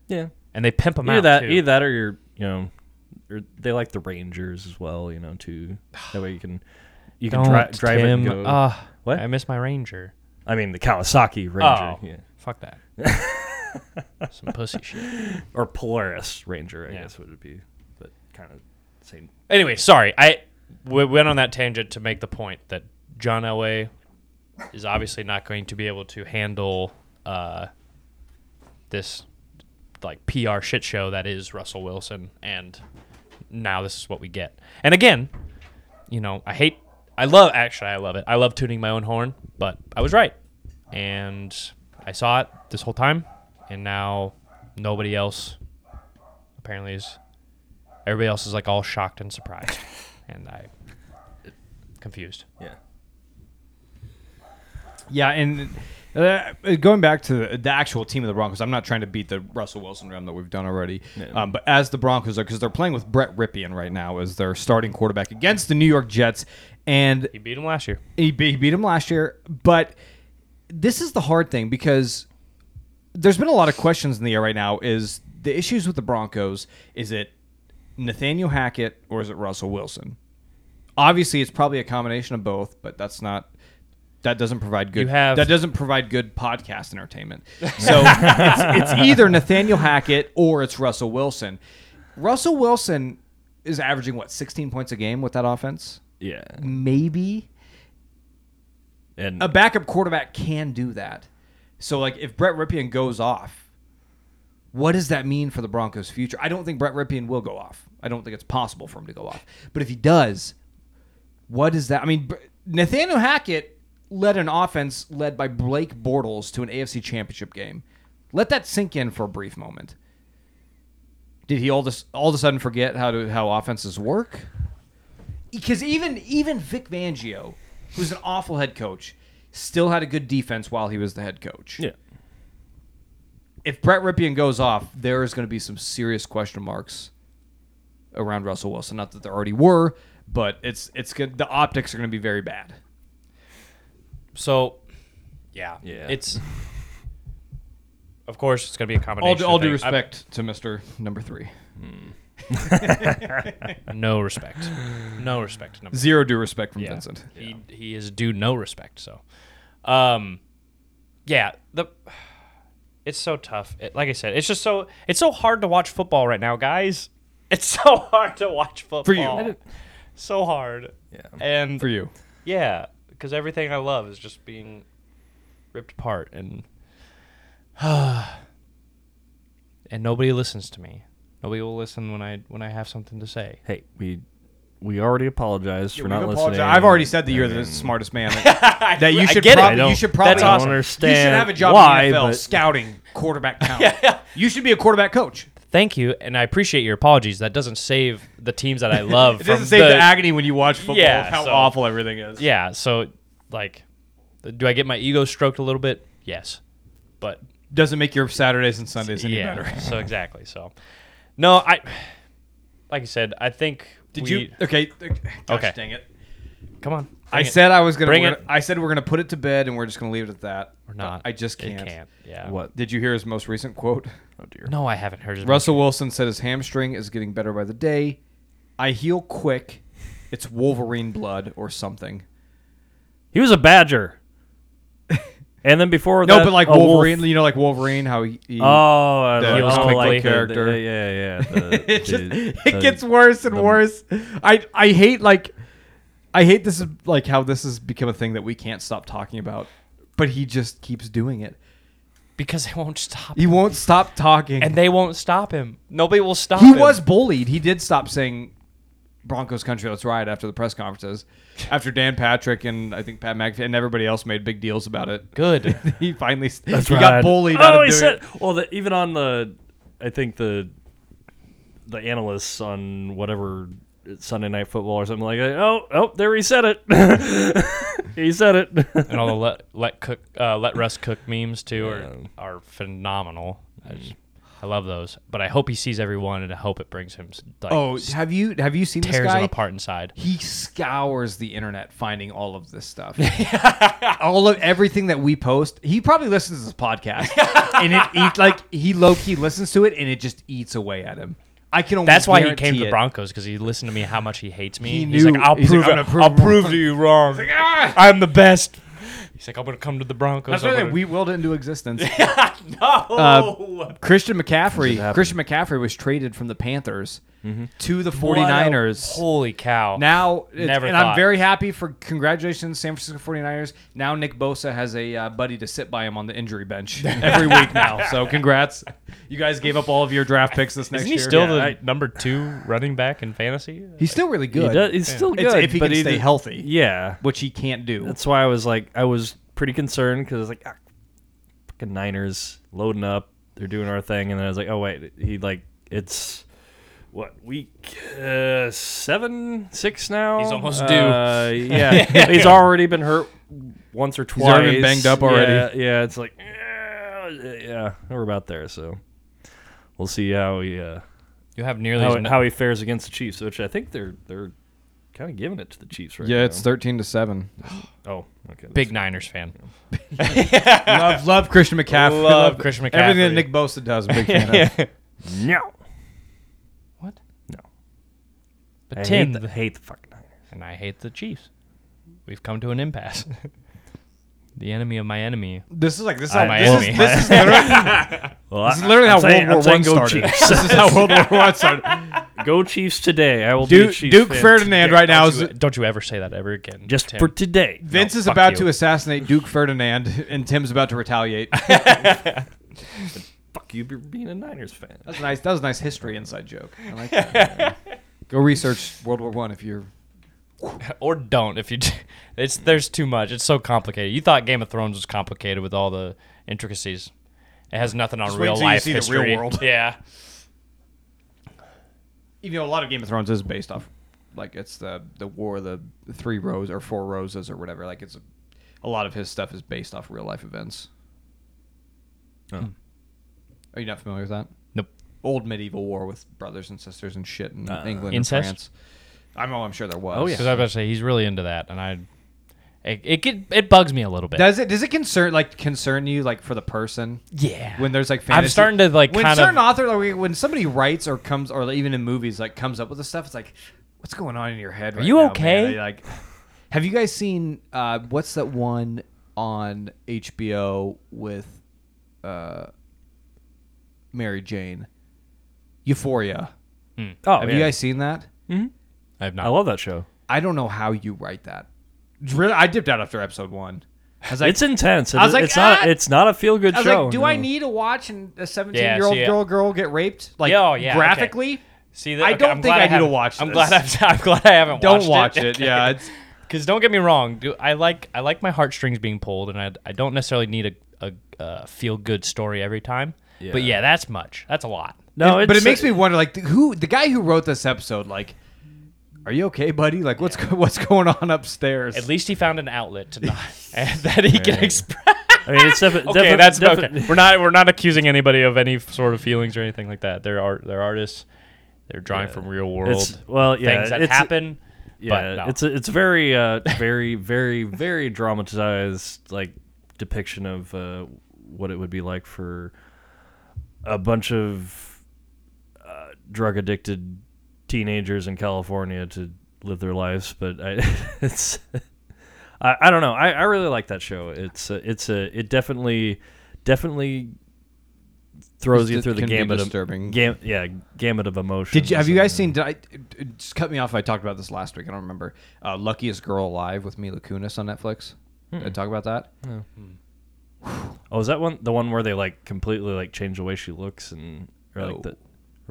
Speaker 3: yeah.
Speaker 2: and they pimp them
Speaker 3: Either
Speaker 2: out.
Speaker 3: that,
Speaker 2: too.
Speaker 3: either that, or your, you know, or they like the Rangers as well. You know, too. That way you can you can dri- drive it. And go. What?
Speaker 2: Ah, I miss my Ranger.
Speaker 3: I mean, the Kawasaki Ranger,
Speaker 2: Oh,
Speaker 3: yeah.
Speaker 2: fuck
Speaker 3: [LAUGHS]
Speaker 2: that. Some pussy shit.
Speaker 3: or Polaris Ranger, I
Speaker 2: Yeah.
Speaker 3: guess would it be, but kind of same.
Speaker 2: Anyway, sorry. I we went on that tangent to make the point that John Elway is obviously not going to be able to handle uh, this like PR shit show that is Russell Wilson, and now this is what we get. And again, you know, I hate. I love actually. I love it. I love tuning my own horn, but I was right, and I saw it this whole time, and now nobody else apparently is. Everybody else is like all shocked
Speaker 1: [LAUGHS]
Speaker 2: and surprised, and I confused.
Speaker 3: Yeah.
Speaker 1: [LAUGHS] Yeah, and uh, going back to the, the actual team of the Broncos, I'm not trying to beat the Russell Wilson drum that we've done already. Um, but as the Broncos are, because they're playing with Brett Ripien right now as their starting quarterback against the New York Jets, and
Speaker 2: He beat him last year.
Speaker 1: he beat, he beat him last year. But this is the hard thing because there's been a lot of questions in the air right now. Is the issues with the Broncos? Is it Nathaniel Hackett or is it Russell Wilson? Obviously, it's probably a combination of both, but that's not. That doesn't provide good.
Speaker 2: You have-
Speaker 1: that doesn't provide good podcast
Speaker 2: [LAUGHS]
Speaker 1: entertainment. So it's, it's either Nathaniel Hackett or it's Russell Wilson. Russell Wilson is averaging what 16 points a game with that offense,
Speaker 3: Yeah.
Speaker 1: maybe
Speaker 3: And
Speaker 1: a backup quarterback can do that. So like if Brett Ripien goes off, what does that mean for the Broncos' future? I don't think Brett Ripien will go off. I don't think it's possible for him to go off. But if he does, what is that? I mean, Br- Nathaniel Hackett led an offense led by Blake Bortles to an AFC Championship game. Let that sink in for a brief moment. Did he all this all of a sudden forget how to how offenses work? Because even even Vic Fangio, who's an awful head coach, still had a good defense while he was the head coach.
Speaker 3: yeah.
Speaker 1: If Brett Ripien goes off, there is going to be some serious question marks around Russell Wilson. Not that there already were, but it's it's good. The optics are going to be very bad.
Speaker 2: So yeah,
Speaker 3: Yeah.
Speaker 2: It's of course it's gonna be a
Speaker 1: All,
Speaker 2: combination.
Speaker 1: due-
Speaker 2: of
Speaker 1: all due
Speaker 2: things. I-
Speaker 1: respect to Mister Number Three.
Speaker 2: no respect,
Speaker 1: [SIGHS]
Speaker 2: no respect. Number
Speaker 1: Zero due respect from
Speaker 2: Yeah.
Speaker 1: Vincent.
Speaker 2: He he is due no respect. So, um, yeah, the it's so tough. It, like I said, it's just so it's so hard to watch football right now, guys. [LAUGHS] It's so hard to watch football
Speaker 1: you. I
Speaker 2: so hard.
Speaker 3: Yeah.
Speaker 2: and
Speaker 1: For you,
Speaker 2: yeah, because everything I love is just being ripped apart and [SIGHS] and nobody listens to me. Nobody will listen when I when I have something to say.
Speaker 3: Hey, we we already apologized for not listening.
Speaker 1: I've already said that you're the smartest
Speaker 2: [LAUGHS]
Speaker 1: man. That, that you should
Speaker 2: get it. I
Speaker 1: probably
Speaker 3: don't-
Speaker 1: you should probably
Speaker 2: That's awesome. I
Speaker 3: don't
Speaker 1: You should
Speaker 3: understand
Speaker 1: have a job
Speaker 3: why,
Speaker 1: in the NFL,
Speaker 3: but-
Speaker 1: scouting
Speaker 2: [LAUGHS]
Speaker 1: quarterback talent. You should be a quarterback coach.
Speaker 2: Thank you, and I appreciate your apologies. That doesn't save the teams
Speaker 1: [LAUGHS]
Speaker 2: that I love.
Speaker 1: It
Speaker 2: from
Speaker 1: doesn't save the, agony when you watch football
Speaker 2: Yeah,
Speaker 1: of how
Speaker 2: so-
Speaker 1: awful everything is.
Speaker 2: Yeah, so like, do I get my ego stroked a little bit? Yes, but
Speaker 1: Doesn't make your Saturdays and Sundays any
Speaker 2: yeah.
Speaker 1: better.
Speaker 2: so exactly. So, no, I like I said, I think.
Speaker 1: Did
Speaker 2: we-
Speaker 1: you? Okay. th- Gosh,
Speaker 2: Okay.
Speaker 1: Dang it.
Speaker 2: Come on.
Speaker 1: I
Speaker 2: bring it.
Speaker 1: said I was gonna.
Speaker 2: Bring
Speaker 1: we're
Speaker 2: it.
Speaker 1: gonna- I said we're gonna put it to bed and we're just gonna leave it at that.
Speaker 2: Or not.
Speaker 1: I just
Speaker 2: It
Speaker 1: can't.
Speaker 2: Yeah.
Speaker 3: What?
Speaker 1: Did you hear his most recent quote?
Speaker 3: Oh dear.
Speaker 2: No, I haven't heard. His
Speaker 1: Russell Wilson said his hamstring is getting better by the day. I heal quick. It's Wolverine blood or something.
Speaker 3: He was a badger. and then before
Speaker 1: No,
Speaker 3: that,
Speaker 1: but like
Speaker 3: a wolf.
Speaker 1: Wolverine, you know, like Wolverine, how he. he-
Speaker 3: Oh, uh,
Speaker 1: The-
Speaker 3: like-
Speaker 2: Heals
Speaker 3: oh,
Speaker 2: quickly
Speaker 3: like the-
Speaker 1: character.
Speaker 3: the- yeah, yeah, yeah.
Speaker 1: [LAUGHS]
Speaker 3: the-
Speaker 1: it just
Speaker 3: the-
Speaker 1: it
Speaker 3: the-
Speaker 1: gets worse and
Speaker 3: the-
Speaker 1: worse. I I hate like I hate this is like how this has become a thing that we can't stop talking about. But he just keeps doing it.
Speaker 2: because they won't stop.
Speaker 1: He won't stop talking.
Speaker 2: and they won't stop him. Nobody will stop
Speaker 1: he
Speaker 2: him.
Speaker 1: was bullied. He did stop saying Broncos country, let's ride after the press conferences. After Dan Patrick and I think Pat McAfee and everybody else made big deals about it.
Speaker 2: good.
Speaker 1: [LAUGHS] He finally [LAUGHS]
Speaker 3: That's
Speaker 1: he
Speaker 3: right.
Speaker 1: got bullied
Speaker 3: Oh,
Speaker 1: out of
Speaker 3: he
Speaker 1: doing
Speaker 3: said.
Speaker 1: it.
Speaker 3: Well, the, even on the, I think the, the analysts on whatever Sunday Night Football or something like that. Oh, oh, there he said it. [LAUGHS] he
Speaker 1: [LAUGHS]
Speaker 3: said it.
Speaker 2: and all the let let cook uh, let Russ cook memes too are are phenomenal. I,
Speaker 1: Mm.
Speaker 2: just, I love those, but I hope he sees everyone, and I hope it brings him s- like
Speaker 1: Oh,
Speaker 2: s-
Speaker 1: have you have you seen this
Speaker 2: tears
Speaker 1: guy?
Speaker 2: him apart inside.
Speaker 1: he scours the internet finding all of this
Speaker 2: [LAUGHS]
Speaker 1: stuff. all of everything that we post. He probably listens to this podcast. and it eats like he low key listens to it and it just eats away at him. I can almost
Speaker 2: That's why he came
Speaker 1: guarantee
Speaker 2: to the
Speaker 1: it.
Speaker 2: Broncos because he listened to me how much he hates me.
Speaker 1: He
Speaker 2: he's
Speaker 1: knew-
Speaker 2: like, I'll
Speaker 1: he's like, "I'm
Speaker 2: prove
Speaker 1: gonna
Speaker 2: it.
Speaker 1: prove
Speaker 2: I'll
Speaker 1: you
Speaker 2: prove to you wrong.
Speaker 1: "Ah!"
Speaker 2: I'm the best. He's like, I'm gonna come to the Broncos.
Speaker 1: That's
Speaker 2: I'm
Speaker 1: why
Speaker 2: gonna-" Oh,
Speaker 1: we uh, willed it into existence.
Speaker 2: no.
Speaker 1: Christian McCaffrey.
Speaker 3: happened.
Speaker 1: Christian McCaffrey was traded from the Panthers
Speaker 2: Mm-hmm.
Speaker 1: to the 49ers.
Speaker 2: Holy cow!
Speaker 1: Now, it's-
Speaker 2: Never
Speaker 1: and I'm
Speaker 2: thought.
Speaker 1: very happy for congratulations, San Francisco 49ers. Now Nick Bosa has a uh, buddy to sit by him on the injury bench
Speaker 2: [LAUGHS]
Speaker 1: every week now. So congrats, you guys gave up all of your draft picks this next
Speaker 2: Isn't he
Speaker 1: year.
Speaker 2: still
Speaker 1: Yeah.
Speaker 2: the number two running back in fantasy?
Speaker 1: He's still really
Speaker 3: He
Speaker 1: good,
Speaker 3: does, he's still
Speaker 1: It's
Speaker 3: good.
Speaker 1: if he
Speaker 3: but
Speaker 1: can stay
Speaker 3: did-
Speaker 1: healthy.
Speaker 3: Yeah,
Speaker 1: which he can't do.
Speaker 3: that's why I was like, I was pretty concerned because I was like, ah, fucking Niners loading up, they're doing our thing, and then I was like, oh wait, he like it's. What week uh, seven, six now?
Speaker 2: He's almost
Speaker 1: [LAUGHS]
Speaker 2: due.
Speaker 3: Uh, yeah, he's already been hurt once or twice.
Speaker 1: already been banged up already.
Speaker 3: Yeah, yeah, it's like, eh, yeah, we're about there. So we'll see how he uh,
Speaker 2: You have nearly as
Speaker 3: how,
Speaker 2: no-
Speaker 3: how he fares against the Chiefs, which I think they're they're kind of giving it to the Chiefs right now.
Speaker 1: yeah, it's thirteen to seven.
Speaker 3: Oh, okay.
Speaker 2: big Niners fan.
Speaker 1: [LAUGHS] love, love Christian McCaffrey.
Speaker 2: Love Christian
Speaker 1: Everything that
Speaker 2: McCaffrey.
Speaker 1: Nick Bosa does, I'm a
Speaker 2: [LAUGHS]
Speaker 1: big fan of.
Speaker 3: No.
Speaker 2: What?
Speaker 3: No.
Speaker 2: But
Speaker 3: I
Speaker 2: Tim
Speaker 3: hate the, hate the fucking Niners.
Speaker 2: and I hate the Chiefs. We've come to an impasse. [LAUGHS] the enemy of my enemy.
Speaker 1: This is like this. Is
Speaker 2: I-
Speaker 1: how, Uh, this, is,
Speaker 2: Miami.
Speaker 1: this is literally,
Speaker 3: Well,
Speaker 1: this is literally how World War One
Speaker 3: go
Speaker 1: started.
Speaker 3: [LAUGHS] Chiefs.
Speaker 1: This is how World War One started.
Speaker 3: go Chiefs today. I will be a
Speaker 1: Duke,
Speaker 3: Chiefs
Speaker 1: Duke
Speaker 3: fan.
Speaker 1: Ferdinand right now
Speaker 2: don't,
Speaker 1: is
Speaker 2: you, don't you ever say that ever again.
Speaker 3: Just
Speaker 2: Tim.
Speaker 3: for today.
Speaker 1: Vince
Speaker 2: No,
Speaker 1: is
Speaker 2: fuck
Speaker 1: about
Speaker 2: you.
Speaker 1: to assassinate Duke Ferdinand, [LAUGHS] and Tim's about to [LAUGHS] retaliate.
Speaker 3: Fuck you for being a Niners fan.
Speaker 1: That's nice. That was a nice history inside joke. I like [LAUGHS] that. Go research World War One if you're.
Speaker 2: [LAUGHS] or don't if you. d- [LAUGHS] It's there's too much. It's so complicated. You thought Game of Thrones was complicated with all the intricacies. It has nothing on
Speaker 1: Just wait
Speaker 2: real
Speaker 1: till you
Speaker 2: life
Speaker 1: see the real
Speaker 2: history.
Speaker 1: world.
Speaker 2: [LAUGHS] Yeah.
Speaker 1: Even though a lot of Game of Thrones is based off, like it's the the War of the Three Roses or Four Roses or whatever. Like it's a, a lot of his stuff is based off real life events. Hmm.
Speaker 3: Oh.
Speaker 1: Are you not familiar with that?
Speaker 2: Nope.
Speaker 1: Old medieval war with brothers and sisters and shit in
Speaker 3: Uh,
Speaker 1: England
Speaker 2: incest?
Speaker 1: and France. I'm, oh, I'm sure there was.
Speaker 3: Oh, yeah.
Speaker 2: Because I was about to say he's really into that, and I. It it, get, it bugs me a little bit.
Speaker 1: Does it does it concern like concern you like for the person
Speaker 2: yeah.
Speaker 1: when there's like fantasy?
Speaker 2: starting to, like,
Speaker 1: when
Speaker 2: kind of-
Speaker 1: certain author like when somebody writes or comes or even in movies like comes up with the stuff. It's like, what's going on in your head? Are
Speaker 2: you okay?
Speaker 1: Like, have you guys seen uh, what's that one on HBO with uh, Mary Jane? Euphoria.
Speaker 2: Hmm.
Speaker 3: Oh,
Speaker 1: have
Speaker 3: yeah.
Speaker 1: you guys seen that?
Speaker 2: I've not.
Speaker 3: I love that show.
Speaker 1: I don't know how you write that. Really, I dipped out after episode one. I was like,
Speaker 3: it's intense. It,
Speaker 1: I was like,
Speaker 3: it's not.
Speaker 1: "Ah!"
Speaker 3: It's not a feel good
Speaker 1: I was
Speaker 3: show.
Speaker 1: like, do
Speaker 3: no.
Speaker 1: I need to watch an- a 17
Speaker 2: Yeah,
Speaker 1: year old
Speaker 2: see, yeah.
Speaker 1: girl girl get raped? Like,
Speaker 2: Yeah, oh, yeah, okay.
Speaker 1: graphically?
Speaker 2: See, that,
Speaker 1: I
Speaker 2: okay,
Speaker 1: don't
Speaker 2: I'm
Speaker 1: think
Speaker 2: glad
Speaker 1: I need to
Speaker 2: haven't-
Speaker 1: watch
Speaker 2: I'm
Speaker 1: this.
Speaker 2: glad I've, [LAUGHS] I'm glad I haven't.
Speaker 1: Don't watch
Speaker 2: watched
Speaker 1: it. Yeah,
Speaker 2: [LAUGHS]
Speaker 1: it's,
Speaker 2: Because don't get me wrong, do, I like I like my heartstrings being pulled, and I, I don't necessarily need a, a, a feel good story every time. But
Speaker 3: Yeah.
Speaker 2: yeah, that's much. That's a lot.
Speaker 3: No,
Speaker 1: it- but it
Speaker 3: it's-
Speaker 1: makes me wonder, like, th- who the guy who wrote this episode, like, are you okay, buddy? Like, what's go- what's going on upstairs?
Speaker 2: At least he found an outlet to not, [LAUGHS] and that he can express.
Speaker 3: I mean,
Speaker 1: [LAUGHS] Ah!
Speaker 3: it's defi-
Speaker 2: Okay,
Speaker 3: defi-
Speaker 2: that's
Speaker 3: defi-
Speaker 2: okay. We're not we're not accusing anybody of any sort of feelings or anything like that. They're art. They're artists. They're drawing from real world
Speaker 3: It's, well, yeah,
Speaker 2: things that
Speaker 3: it's,
Speaker 2: happen.
Speaker 3: Yeah,
Speaker 2: but no.
Speaker 3: it's it's very uh, very very very dramatized like depiction of uh, what it would be like for a bunch of uh, drug addicted teenagers in California to live their lives. But I, [LAUGHS] it's I, I don't know. I, I really like that show. It's a, it's a it definitely definitely throws
Speaker 1: It's-
Speaker 3: you
Speaker 1: it
Speaker 3: through the
Speaker 1: can be
Speaker 3: gamut
Speaker 1: disturbing.
Speaker 3: of gam, yeah gamut of emotions.
Speaker 1: Did you, have you guys seen?
Speaker 3: and-
Speaker 1: Did I, it, it just cut me off. if I talked about this last week. I don't remember. Uh, Luckiest Girl Alive with Mila Kunis on Netflix.
Speaker 2: Hmm.
Speaker 1: Did I talk about that?
Speaker 3: Oh, is that one the one where they like completely like change the way she looks and or like
Speaker 1: Oh.
Speaker 3: the or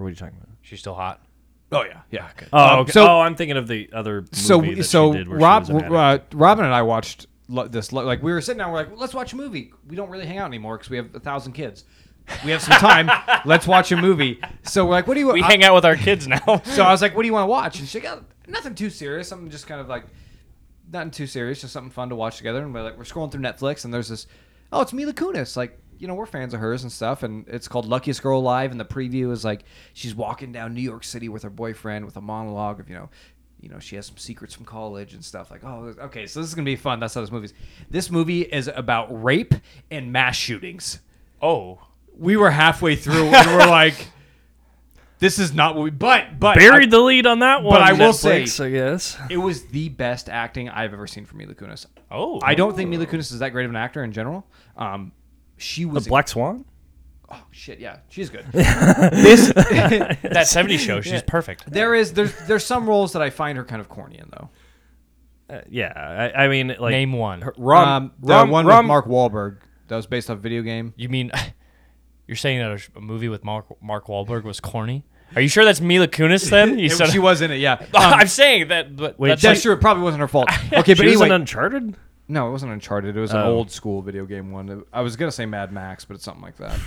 Speaker 3: what are you talking about?
Speaker 2: She's still hot.
Speaker 1: Oh yeah, yeah. Okay.
Speaker 3: Oh,
Speaker 1: Um,
Speaker 3: okay.
Speaker 1: so-
Speaker 3: oh, I'm thinking of the other movie
Speaker 1: so
Speaker 3: that
Speaker 1: so
Speaker 3: she did where
Speaker 1: Rob
Speaker 3: she was an
Speaker 1: uh,
Speaker 3: addict.
Speaker 1: Robin and I watched lo- this lo- like we were sitting down we're like let's watch a movie we don't really hang out anymore because we have a thousand kids we have some
Speaker 3: [LAUGHS]
Speaker 1: time let's watch a movie so we're like what do you
Speaker 2: We
Speaker 1: I-
Speaker 2: hang out with our kids
Speaker 3: [LAUGHS]
Speaker 2: now.
Speaker 1: so I was like what do you want to watch and she's like "Oh, nothing too serious something just kind of like nothing too serious just something fun to watch together and we're like we're scrolling through Netflix and there's this oh it's Mila Kunis like you know we're fans of hers and stuff and it's called Luckiest Girl Alive and the preview is like she's walking down New York City with her boyfriend with a monologue of you know you know, she has some secrets from college and stuff. Like, oh, okay, so this is gonna be fun. That's how this movie's. This movie is about rape and mass shootings.
Speaker 2: oh,
Speaker 1: We were halfway through and we're like, this is not what we. But but
Speaker 3: buried the lead on that one.
Speaker 1: I will say-
Speaker 3: Netflix, I guess.
Speaker 1: I- it was the best acting I've ever seen from Mila Kunis.
Speaker 2: [LAUGHS] oh,
Speaker 1: I don't think Mila Kunis is that great of an actor in general. Um, she was
Speaker 3: Black Swan.
Speaker 1: oh shit yeah she's
Speaker 3: [LAUGHS]
Speaker 1: good. this [LAUGHS]
Speaker 2: that '70s show. She's perfect.
Speaker 1: there is there's there's some roles that I find her kind of corny in though.
Speaker 3: Uh, yeah, I, I mean like
Speaker 2: Name one.
Speaker 3: Rom,
Speaker 1: um, the
Speaker 3: Rom,
Speaker 1: one
Speaker 3: Rom,
Speaker 1: with Mark Wahlberg that was based off a video game.
Speaker 2: You mean [LAUGHS] you're saying that a, sh- a movie with Mark Mark Wahlberg was corny? Are you sure that's Mila Kunis
Speaker 3: [LAUGHS]
Speaker 2: then? You
Speaker 1: It-
Speaker 2: said
Speaker 1: she was in it, yeah.
Speaker 2: [LAUGHS] I'm saying that. But
Speaker 3: Wait,
Speaker 2: that's
Speaker 1: That's
Speaker 2: like-
Speaker 1: true. It probably wasn't her
Speaker 3: [LAUGHS]
Speaker 1: fault. Okay,
Speaker 3: She
Speaker 1: but
Speaker 3: was in
Speaker 1: anyway,
Speaker 3: Uncharted.
Speaker 1: no, it wasn't Uncharted. It was an
Speaker 3: Oh.
Speaker 1: old school video game one. I was gonna say Mad Max, but it's something like that.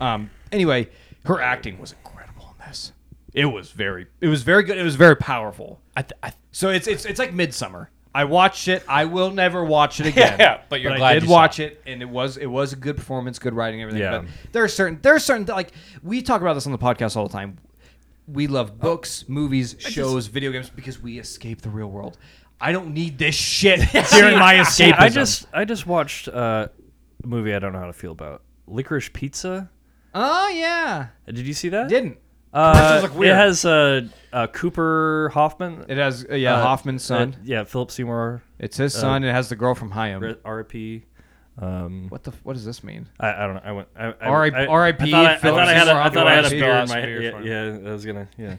Speaker 1: Um, anyway, her acting was incredible in this. It was very, it was very good. It was very powerful.
Speaker 2: I th- I th- [LAUGHS]
Speaker 1: So it's it's it's like Midsummer. I watched it. I will never watch it
Speaker 2: Yeah,
Speaker 1: again.
Speaker 2: but you're
Speaker 1: I
Speaker 2: glad
Speaker 1: did
Speaker 2: you saw
Speaker 1: watch it, and it was it was a good performance, good writing, everything.
Speaker 3: Yeah.
Speaker 1: But there are certain there are certain like we talk about this on the podcast all the time. We love books, movies, shows, video games because we escape the real world. I don't need this shit [LAUGHS] during my
Speaker 3: [LAUGHS] See,
Speaker 1: escape.
Speaker 3: I just I just watched uh, a movie I don't know how to feel about. Licorice Pizza.
Speaker 1: oh yeah,
Speaker 3: Did you see that?
Speaker 1: didn't
Speaker 3: Uh,
Speaker 1: Commercials look weird.
Speaker 3: It has uh, uh, Cooper Hoffman.
Speaker 1: it has uh, yeah
Speaker 3: Uh,
Speaker 1: Hoffman's son?
Speaker 3: uh, yeah, Philip Seymour.
Speaker 1: it's his son. it has the girl from Hayam.
Speaker 3: R.I.P. Um,
Speaker 1: What the f- what does this mean?
Speaker 3: I, I don't know. I went. I, I,
Speaker 1: R.I.P.
Speaker 3: I,
Speaker 1: R.I.P.
Speaker 3: I thought I, I
Speaker 1: Philip
Speaker 3: thought I had a,
Speaker 1: Seymour
Speaker 3: I thought I had a
Speaker 1: Hoffman.
Speaker 3: beer on
Speaker 2: Spear,
Speaker 3: my
Speaker 2: spear,
Speaker 3: yeah,
Speaker 2: fine.
Speaker 3: yeah. I was gonna.
Speaker 1: [LAUGHS]
Speaker 3: Yeah.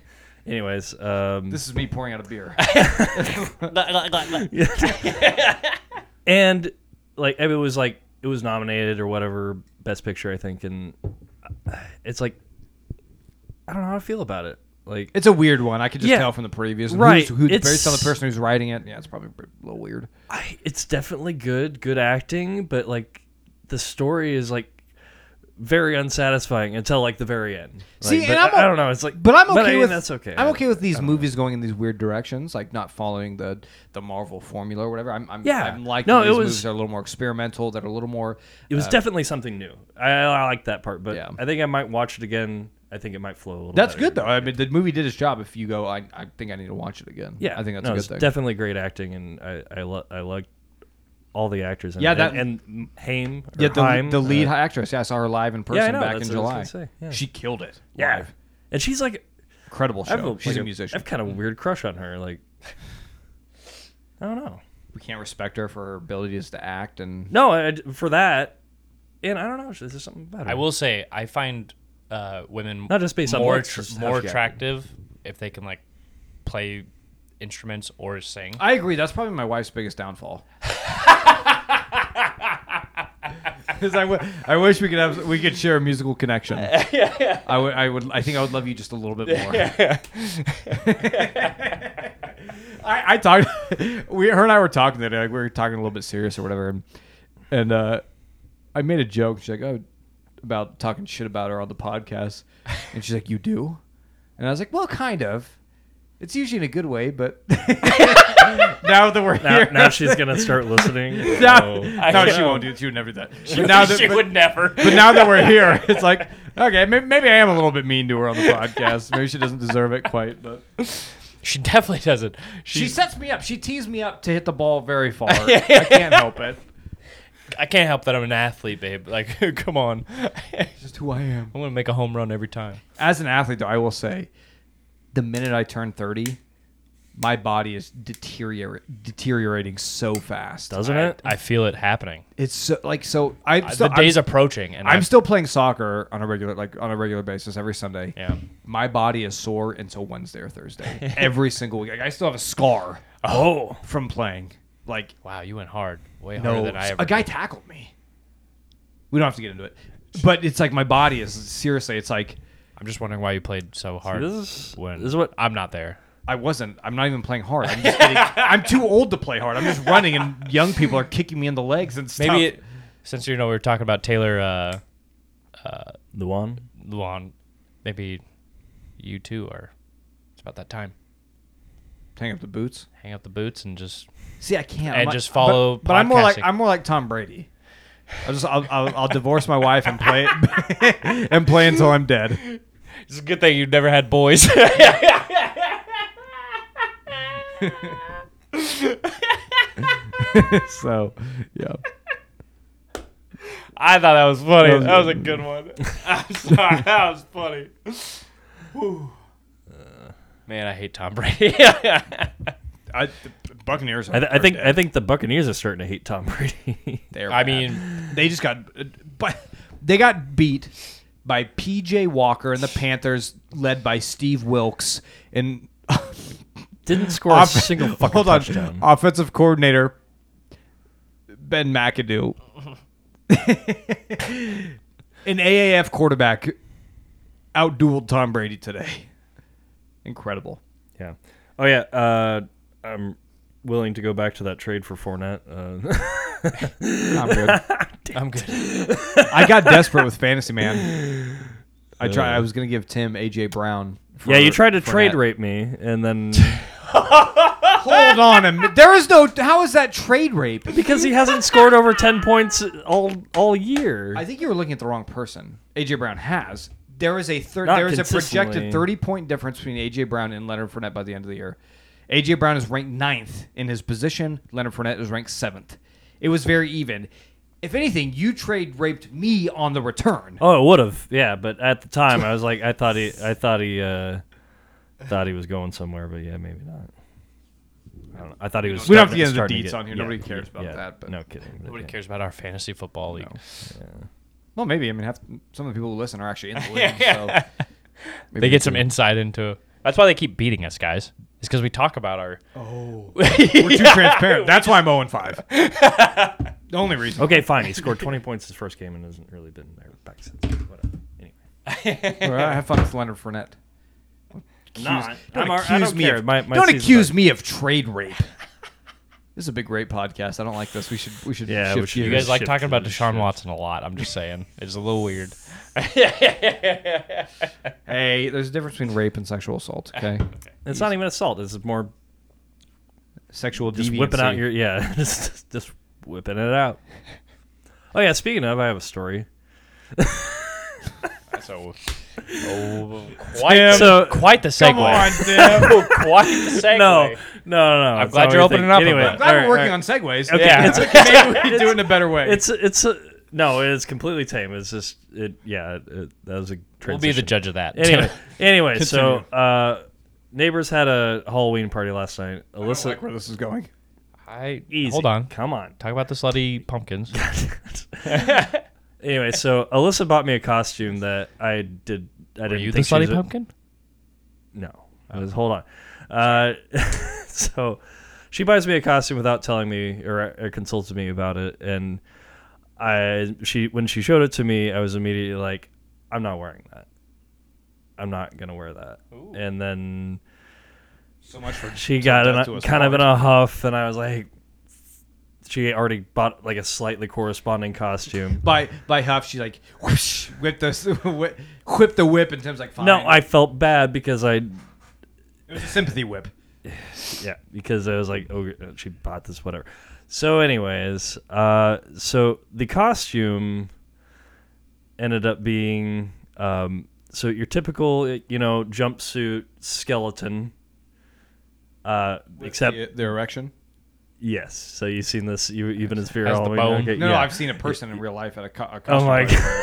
Speaker 3: Anyways, um,
Speaker 1: This is me pouring out a [LAUGHS] beer.
Speaker 3: and like it was like it was nominated or whatever best picture I think, and uh, it's like I don't know how to feel about it. Like
Speaker 1: It's a weird one. I could just
Speaker 3: Yeah.
Speaker 1: tell from the previews. And
Speaker 3: Right.
Speaker 1: Who's, who,
Speaker 3: It's-
Speaker 1: based on the person who's writing it, yeah, it's probably a little weird.
Speaker 3: I, it's definitely good, good acting, but like the story is like very unsatisfying until like the very end. Like,
Speaker 1: See,
Speaker 3: but
Speaker 1: and I'm
Speaker 3: I, I
Speaker 1: o-
Speaker 3: don't know. It's like,
Speaker 1: But I'm okay
Speaker 3: I mean,
Speaker 1: with
Speaker 3: that's okay.
Speaker 1: I'm okay with these movies going in these weird directions, like not following the the Marvel formula or whatever. I'm I'm,
Speaker 3: Yeah.
Speaker 1: I'm liking
Speaker 3: No,
Speaker 1: these
Speaker 3: it was-
Speaker 1: movies that are a little more experimental, that are a little more.
Speaker 3: It was definitely something new. I, I like that part, but
Speaker 1: Uh, Yeah.
Speaker 3: I think I might watch it again. I think it might flow a little.
Speaker 1: That's
Speaker 3: better.
Speaker 1: good though. I mean, the movie did its job. If you go, I I think I need to watch it again.
Speaker 3: Yeah,
Speaker 1: I think that's
Speaker 3: no,
Speaker 1: a good
Speaker 3: it's
Speaker 1: thing.
Speaker 3: Definitely great acting, and I I, lo- I like all the actors in
Speaker 1: Yeah,
Speaker 3: it.
Speaker 1: that-
Speaker 3: and, and Haim. or
Speaker 1: Yeah, the,
Speaker 3: Haim,
Speaker 1: the lead
Speaker 3: uh,
Speaker 1: actress. Yeah, I saw her live in person
Speaker 3: yeah, I know,
Speaker 1: back in
Speaker 3: that's what I
Speaker 1: July.
Speaker 3: was gonna say, yeah.
Speaker 1: She killed it.
Speaker 3: yeah,
Speaker 1: live.
Speaker 3: and she's like,
Speaker 1: incredible
Speaker 3: I have
Speaker 1: show.
Speaker 3: a,
Speaker 1: She's
Speaker 3: like
Speaker 1: a
Speaker 3: a- I
Speaker 1: musician. Mm-hmm.
Speaker 3: have kind of a weird crush on her. Like, I don't know.
Speaker 1: We can't respect her for her abilities to act and
Speaker 3: No, I, I- for that, and I don't know. There's something about her.
Speaker 2: I will say I find uh, women
Speaker 3: Not just based on
Speaker 2: more
Speaker 3: looks, just how
Speaker 2: more
Speaker 1: she acted.
Speaker 2: attractive if they can like play instruments or sing. [LAUGHS]
Speaker 1: I agree. That's probably my wife's biggest downfall. [LAUGHS] 'Cause I w- I wish we could have we could share a musical connection. I would I would I think I would love you just a little bit more. [LAUGHS] I, I talked. [LAUGHS] We her and I were talking today. Like we were talking a little bit serious or whatever, and, and uh, I made a joke. She's like, "Oh, about talking shit about her on the podcast," and she's like, "You do?" And I was like, "Well, kind of. It's usually in a good way, but [LAUGHS] now that we're
Speaker 3: [LAUGHS] now,
Speaker 1: here,
Speaker 3: now she's gonna
Speaker 1: [LAUGHS]
Speaker 3: start listening.
Speaker 1: now,
Speaker 3: so-
Speaker 1: no,
Speaker 2: I
Speaker 1: she
Speaker 2: know.
Speaker 1: won't do. She would never do that. But [LAUGHS] now that,
Speaker 2: [LAUGHS] she
Speaker 1: but,
Speaker 2: would never.
Speaker 1: but now that [LAUGHS] we're here, it's like okay, maybe, maybe I am a little bit mean to her on the podcast. Maybe she doesn't deserve it quite, [LAUGHS] but.
Speaker 2: she definitely doesn't.
Speaker 1: She
Speaker 2: She,
Speaker 1: sets me up. She tees me up to hit the ball [LAUGHS] very far. I can't help it.
Speaker 2: [LAUGHS] I can't help that I'm an athlete, babe. Like, [LAUGHS] come on. I'm
Speaker 1: [LAUGHS] Just who I am.
Speaker 2: gonna make a home run every time.
Speaker 1: As an athlete, though, I will say, the minute I turn thirty, my body is deterior- deteriorating so fast.
Speaker 3: doesn't it?
Speaker 2: I feel it happening.
Speaker 1: It's so, like so. I so
Speaker 2: the day's approaching, and
Speaker 1: I'm,
Speaker 2: I'm,
Speaker 1: I'm still playing soccer on a regular like on a regular basis every Sunday.
Speaker 2: Yeah.
Speaker 1: My body is sore until Wednesday or
Speaker 2: [LAUGHS]
Speaker 1: Thursday every single week. Like, I still have a scar
Speaker 3: Oh,
Speaker 1: from playing. Like
Speaker 2: wow, you went hard, way harder
Speaker 1: No,
Speaker 2: than I ever.
Speaker 1: a guy
Speaker 2: did.
Speaker 1: tackled me. We don't have to get into it, but it's like my body is seriously. It's like
Speaker 2: I'm just wondering why you played so hard.
Speaker 3: this is
Speaker 2: when
Speaker 3: this is what
Speaker 2: I'm not there.
Speaker 1: I wasn't. I'm not even playing hard. I'm just.
Speaker 2: [LAUGHS]
Speaker 1: Getting, I'm too old to play hard. I'm just running, and young people are kicking me in the legs and stuff.
Speaker 2: Maybe it, since you know we were talking about Taylor uh,
Speaker 3: the one.
Speaker 2: Luan, maybe you too are. It's about that time.
Speaker 1: hang up the boots.
Speaker 2: Hang up the boots and just.
Speaker 1: See, I can't.
Speaker 2: And
Speaker 1: I'm
Speaker 2: just follow
Speaker 1: But, but I'm more like
Speaker 2: podcasting.
Speaker 1: I'm more like Tom Brady. I just I'll, I'll, I'll divorce my wife and play [LAUGHS] and play until I'm dead. [LAUGHS]
Speaker 2: It's a good thing you never had boys.
Speaker 1: so, yeah.
Speaker 2: [LAUGHS] I thought that was funny.
Speaker 1: That was That was
Speaker 2: a good [LAUGHS] one. I'm sorry. That was funny. Uh, Man, I hate Tom Brady. [LAUGHS]
Speaker 1: I, the Buccaneers. Are,
Speaker 3: I, th- I
Speaker 1: are
Speaker 3: think
Speaker 1: dead.
Speaker 3: I think the Buccaneers are starting to hate Tom Brady. [LAUGHS]
Speaker 1: They're
Speaker 2: I
Speaker 1: bad.
Speaker 2: mean,
Speaker 1: They just got, but they got beat by P.J. Walker and the Panthers, led by Steve Wilkes and [LAUGHS]
Speaker 3: Didn't score a
Speaker 1: off- [LAUGHS]
Speaker 3: [LAUGHS] single fucking
Speaker 1: hold on,
Speaker 3: touchdown.
Speaker 1: offensive coordinator Ben McAdoo, [LAUGHS] an AAF quarterback, outdueled Tom Brady today. Incredible.
Speaker 3: Yeah. Oh yeah. Uh, I'm willing to go back to that trade for Fournette. Uh, [LAUGHS]
Speaker 1: I'm good.
Speaker 2: I'm good.
Speaker 1: I got desperate with fantasy man. I tried. I was gonna give Tim AJ Brown. for-
Speaker 3: yeah, you tried to
Speaker 1: for
Speaker 3: trade
Speaker 1: that.
Speaker 3: rape me, and then
Speaker 1: Hold on a minute. There is no. How is that trade rape?
Speaker 3: [LAUGHS] because he hasn't scored over ten points all all year.
Speaker 1: I think you were looking at the wrong person. AJ Brown has. There is a thir-
Speaker 3: Not
Speaker 1: there is a projected
Speaker 3: consistently.
Speaker 1: thirty point difference between AJ Brown and Leonard Fournette by the end of the year. AJ Brown is ranked ninth in his position. Leonard Fournette is ranked seventh. It was very even. If anything, you trade raped me on the return.
Speaker 3: oh, it would have. Yeah, but at the time, I was like, I thought he, I thought he, uh, thought he was going somewhere, but yeah, maybe not. I don't know. I thought he was.
Speaker 1: We don't have to get
Speaker 3: starting-
Speaker 1: into
Speaker 3: starting
Speaker 1: deets on here.
Speaker 3: yeah,
Speaker 1: Nobody cares about
Speaker 3: yeah,
Speaker 1: that, but-
Speaker 3: no kidding. but
Speaker 2: Nobody
Speaker 3: yeah.
Speaker 2: cares about our fantasy football league. [LAUGHS]
Speaker 1: Well, maybe. I mean, half, some of the people who listen are actually
Speaker 3: [LAUGHS]
Speaker 1: in the league. So maybe
Speaker 2: They
Speaker 1: we
Speaker 2: get some
Speaker 1: [LAUGHS]
Speaker 2: insight into. That's why they keep beating us, guys. It's because we talk about our. [LAUGHS]
Speaker 1: We're too transparent. That's why I'm 0 and
Speaker 3: [LAUGHS]
Speaker 1: 5. The only reason.
Speaker 3: Okay, fine. He scored 20 points his first game and hasn't really been there back since. Whatever. Anyway.
Speaker 1: All right, have fun with Leonard Fournette.
Speaker 3: Not.
Speaker 1: Don't
Speaker 3: I'm, all- I
Speaker 1: accuse
Speaker 3: don't
Speaker 1: me
Speaker 3: care.
Speaker 1: of
Speaker 3: My, my
Speaker 1: don't
Speaker 3: season's
Speaker 1: accuse
Speaker 3: done.
Speaker 1: me of trade [LAUGHS] rape. This is a big rape podcast. I don't like this. We should we should
Speaker 3: Yeah, we
Speaker 1: shift
Speaker 3: should-
Speaker 1: gears.
Speaker 2: You guys like
Speaker 3: Shift
Speaker 2: talking about
Speaker 3: to the
Speaker 2: Deshaun
Speaker 3: shift.
Speaker 2: Watson a lot. I'm just saying. It's a little [LAUGHS] weird.
Speaker 1: hey, there's a difference between rape and sexual [LAUGHS] assault. Okay,
Speaker 3: It's not even assault. It's more
Speaker 1: sexual
Speaker 3: just
Speaker 1: deviancy. [LAUGHS]
Speaker 3: whipping [LAUGHS] out your. Yeah, just, just whipping it out. Oh, yeah. Speaking of, I have a story.
Speaker 2: So, [LAUGHS] oh, quite,
Speaker 3: So-
Speaker 2: quite the segue.
Speaker 1: Come on,
Speaker 2: [LAUGHS]
Speaker 1: Tim.
Speaker 2: quite the [LAUGHS] segue.
Speaker 3: No, no, no, no.
Speaker 2: I'm
Speaker 3: it's
Speaker 2: glad
Speaker 3: not
Speaker 2: you're
Speaker 3: what you
Speaker 2: opening
Speaker 3: think.
Speaker 2: up
Speaker 3: Anyway,
Speaker 2: about it.
Speaker 1: I'm glad
Speaker 3: all
Speaker 1: we're
Speaker 3: right,
Speaker 1: working
Speaker 3: all
Speaker 1: on segues.
Speaker 3: Okay,
Speaker 1: Yeah. [LAUGHS] Maybe we can do it in a better way.
Speaker 3: right. It's it's a, no, it's completely tame. It's just it. Yeah, it, it- that was a. Transition.
Speaker 2: We'll be the judge of that.
Speaker 3: Anyway, anyway, so uh, neighbors had a Halloween party last night. Alyssa,
Speaker 1: like where this is going.
Speaker 2: I
Speaker 3: easy.
Speaker 2: hold on.
Speaker 3: come on.
Speaker 2: Talk about the slutty pumpkins.
Speaker 3: Anyway, so Alyssa bought me a costume that I did. I
Speaker 2: Are
Speaker 3: didn't
Speaker 2: you the
Speaker 3: think she
Speaker 2: slutty
Speaker 3: was a-
Speaker 2: pumpkin?
Speaker 3: No. I was, hold on. Uh, [LAUGHS] so she buys me a costume without telling me or, or consults me about it, and I she when she showed it to me, I was immediately like, I'm not wearing that. I'm not gonna wear that. And then
Speaker 1: So much for
Speaker 3: she got in
Speaker 1: that
Speaker 3: a,
Speaker 1: to us
Speaker 3: kind of in
Speaker 1: knowledge.
Speaker 3: a huff, and I was like, she already bought like a slightly corresponding costume.
Speaker 1: uh, by by Huff. She like whoosh, whipped the [LAUGHS] whip, whipped the whip, and Tim's like, fine.
Speaker 3: No, I felt bad because I
Speaker 1: It was a sympathy whip.
Speaker 3: yeah because i was like oh she bought this whatever so anyways uh so the costume ended up being um so your typical you know jumpsuit skeleton uh except
Speaker 1: the, the erection.
Speaker 3: yes so you've seen this you you've been as fear
Speaker 2: Has the bone.
Speaker 1: No, no, I've seen a person in real life at a, co- a
Speaker 3: oh
Speaker 1: costume
Speaker 3: my
Speaker 1: party.
Speaker 3: god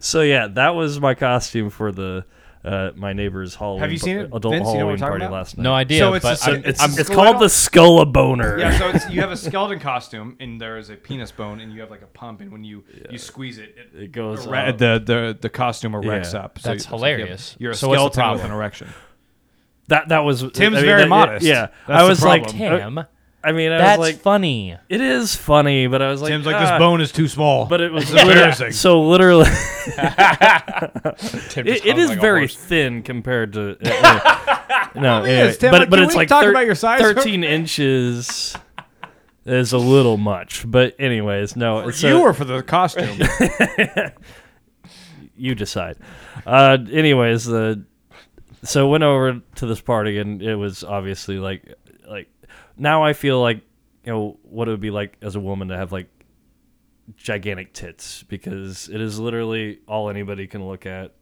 Speaker 3: [LAUGHS] so yeah that was my costume for the uh, my neighbor's Halloween
Speaker 1: you seen it,
Speaker 3: adult
Speaker 1: Vince? You know what I'm
Speaker 3: Halloween
Speaker 1: talking
Speaker 3: party
Speaker 1: about?
Speaker 3: last night
Speaker 2: No idea.
Speaker 1: So it's
Speaker 2: but
Speaker 1: just-
Speaker 2: I'm-
Speaker 3: it's,
Speaker 1: I'm-
Speaker 3: it's called the skull a boner
Speaker 1: Yeah, so [LAUGHS] it's, you have a skeleton costume, and there is a penis bone, and you have like a pump, and when you you squeeze it, it,
Speaker 3: It goes uh,
Speaker 1: ere-
Speaker 3: up.
Speaker 1: the the the costume erects
Speaker 3: Yeah.
Speaker 1: up. So
Speaker 2: That's
Speaker 1: you- so you have-
Speaker 2: hilarious.
Speaker 1: You're a
Speaker 2: So what's the
Speaker 1: skeleton with
Speaker 2: problem?
Speaker 1: an [LAUGHS] erection.
Speaker 3: That that was
Speaker 1: Tim's
Speaker 3: I mean,
Speaker 1: very
Speaker 3: that-
Speaker 1: modest.
Speaker 3: Yeah,
Speaker 1: That's
Speaker 3: I
Speaker 1: the
Speaker 3: was like,
Speaker 1: problem.
Speaker 2: Tim,
Speaker 3: I mean, I
Speaker 2: that's
Speaker 3: was like,
Speaker 2: funny.
Speaker 3: it is funny, but I was like,
Speaker 1: Tim's like, this
Speaker 3: "Ah,"
Speaker 1: bone is too small.
Speaker 3: But it [LAUGHS] was
Speaker 1: embarrassing.
Speaker 3: So
Speaker 1: [LAUGHS]
Speaker 3: literally,
Speaker 2: Tim
Speaker 3: it, it is very thin
Speaker 1: [LAUGHS]
Speaker 3: compared to. no, anyway,
Speaker 1: Tim,
Speaker 3: but
Speaker 1: like,
Speaker 3: but
Speaker 1: can
Speaker 3: it's
Speaker 1: we
Speaker 3: like
Speaker 1: talk about your size?
Speaker 3: Thirteen inches is a little much, but anyways, no.
Speaker 1: for
Speaker 3: so-
Speaker 1: you or for the [LAUGHS] costume?
Speaker 3: you decide. Uh, anyways, the so went over to this party and it was obviously like like now I feel like you know what it would be like as a woman to have like gigantic tits because it is literally all anybody can look at.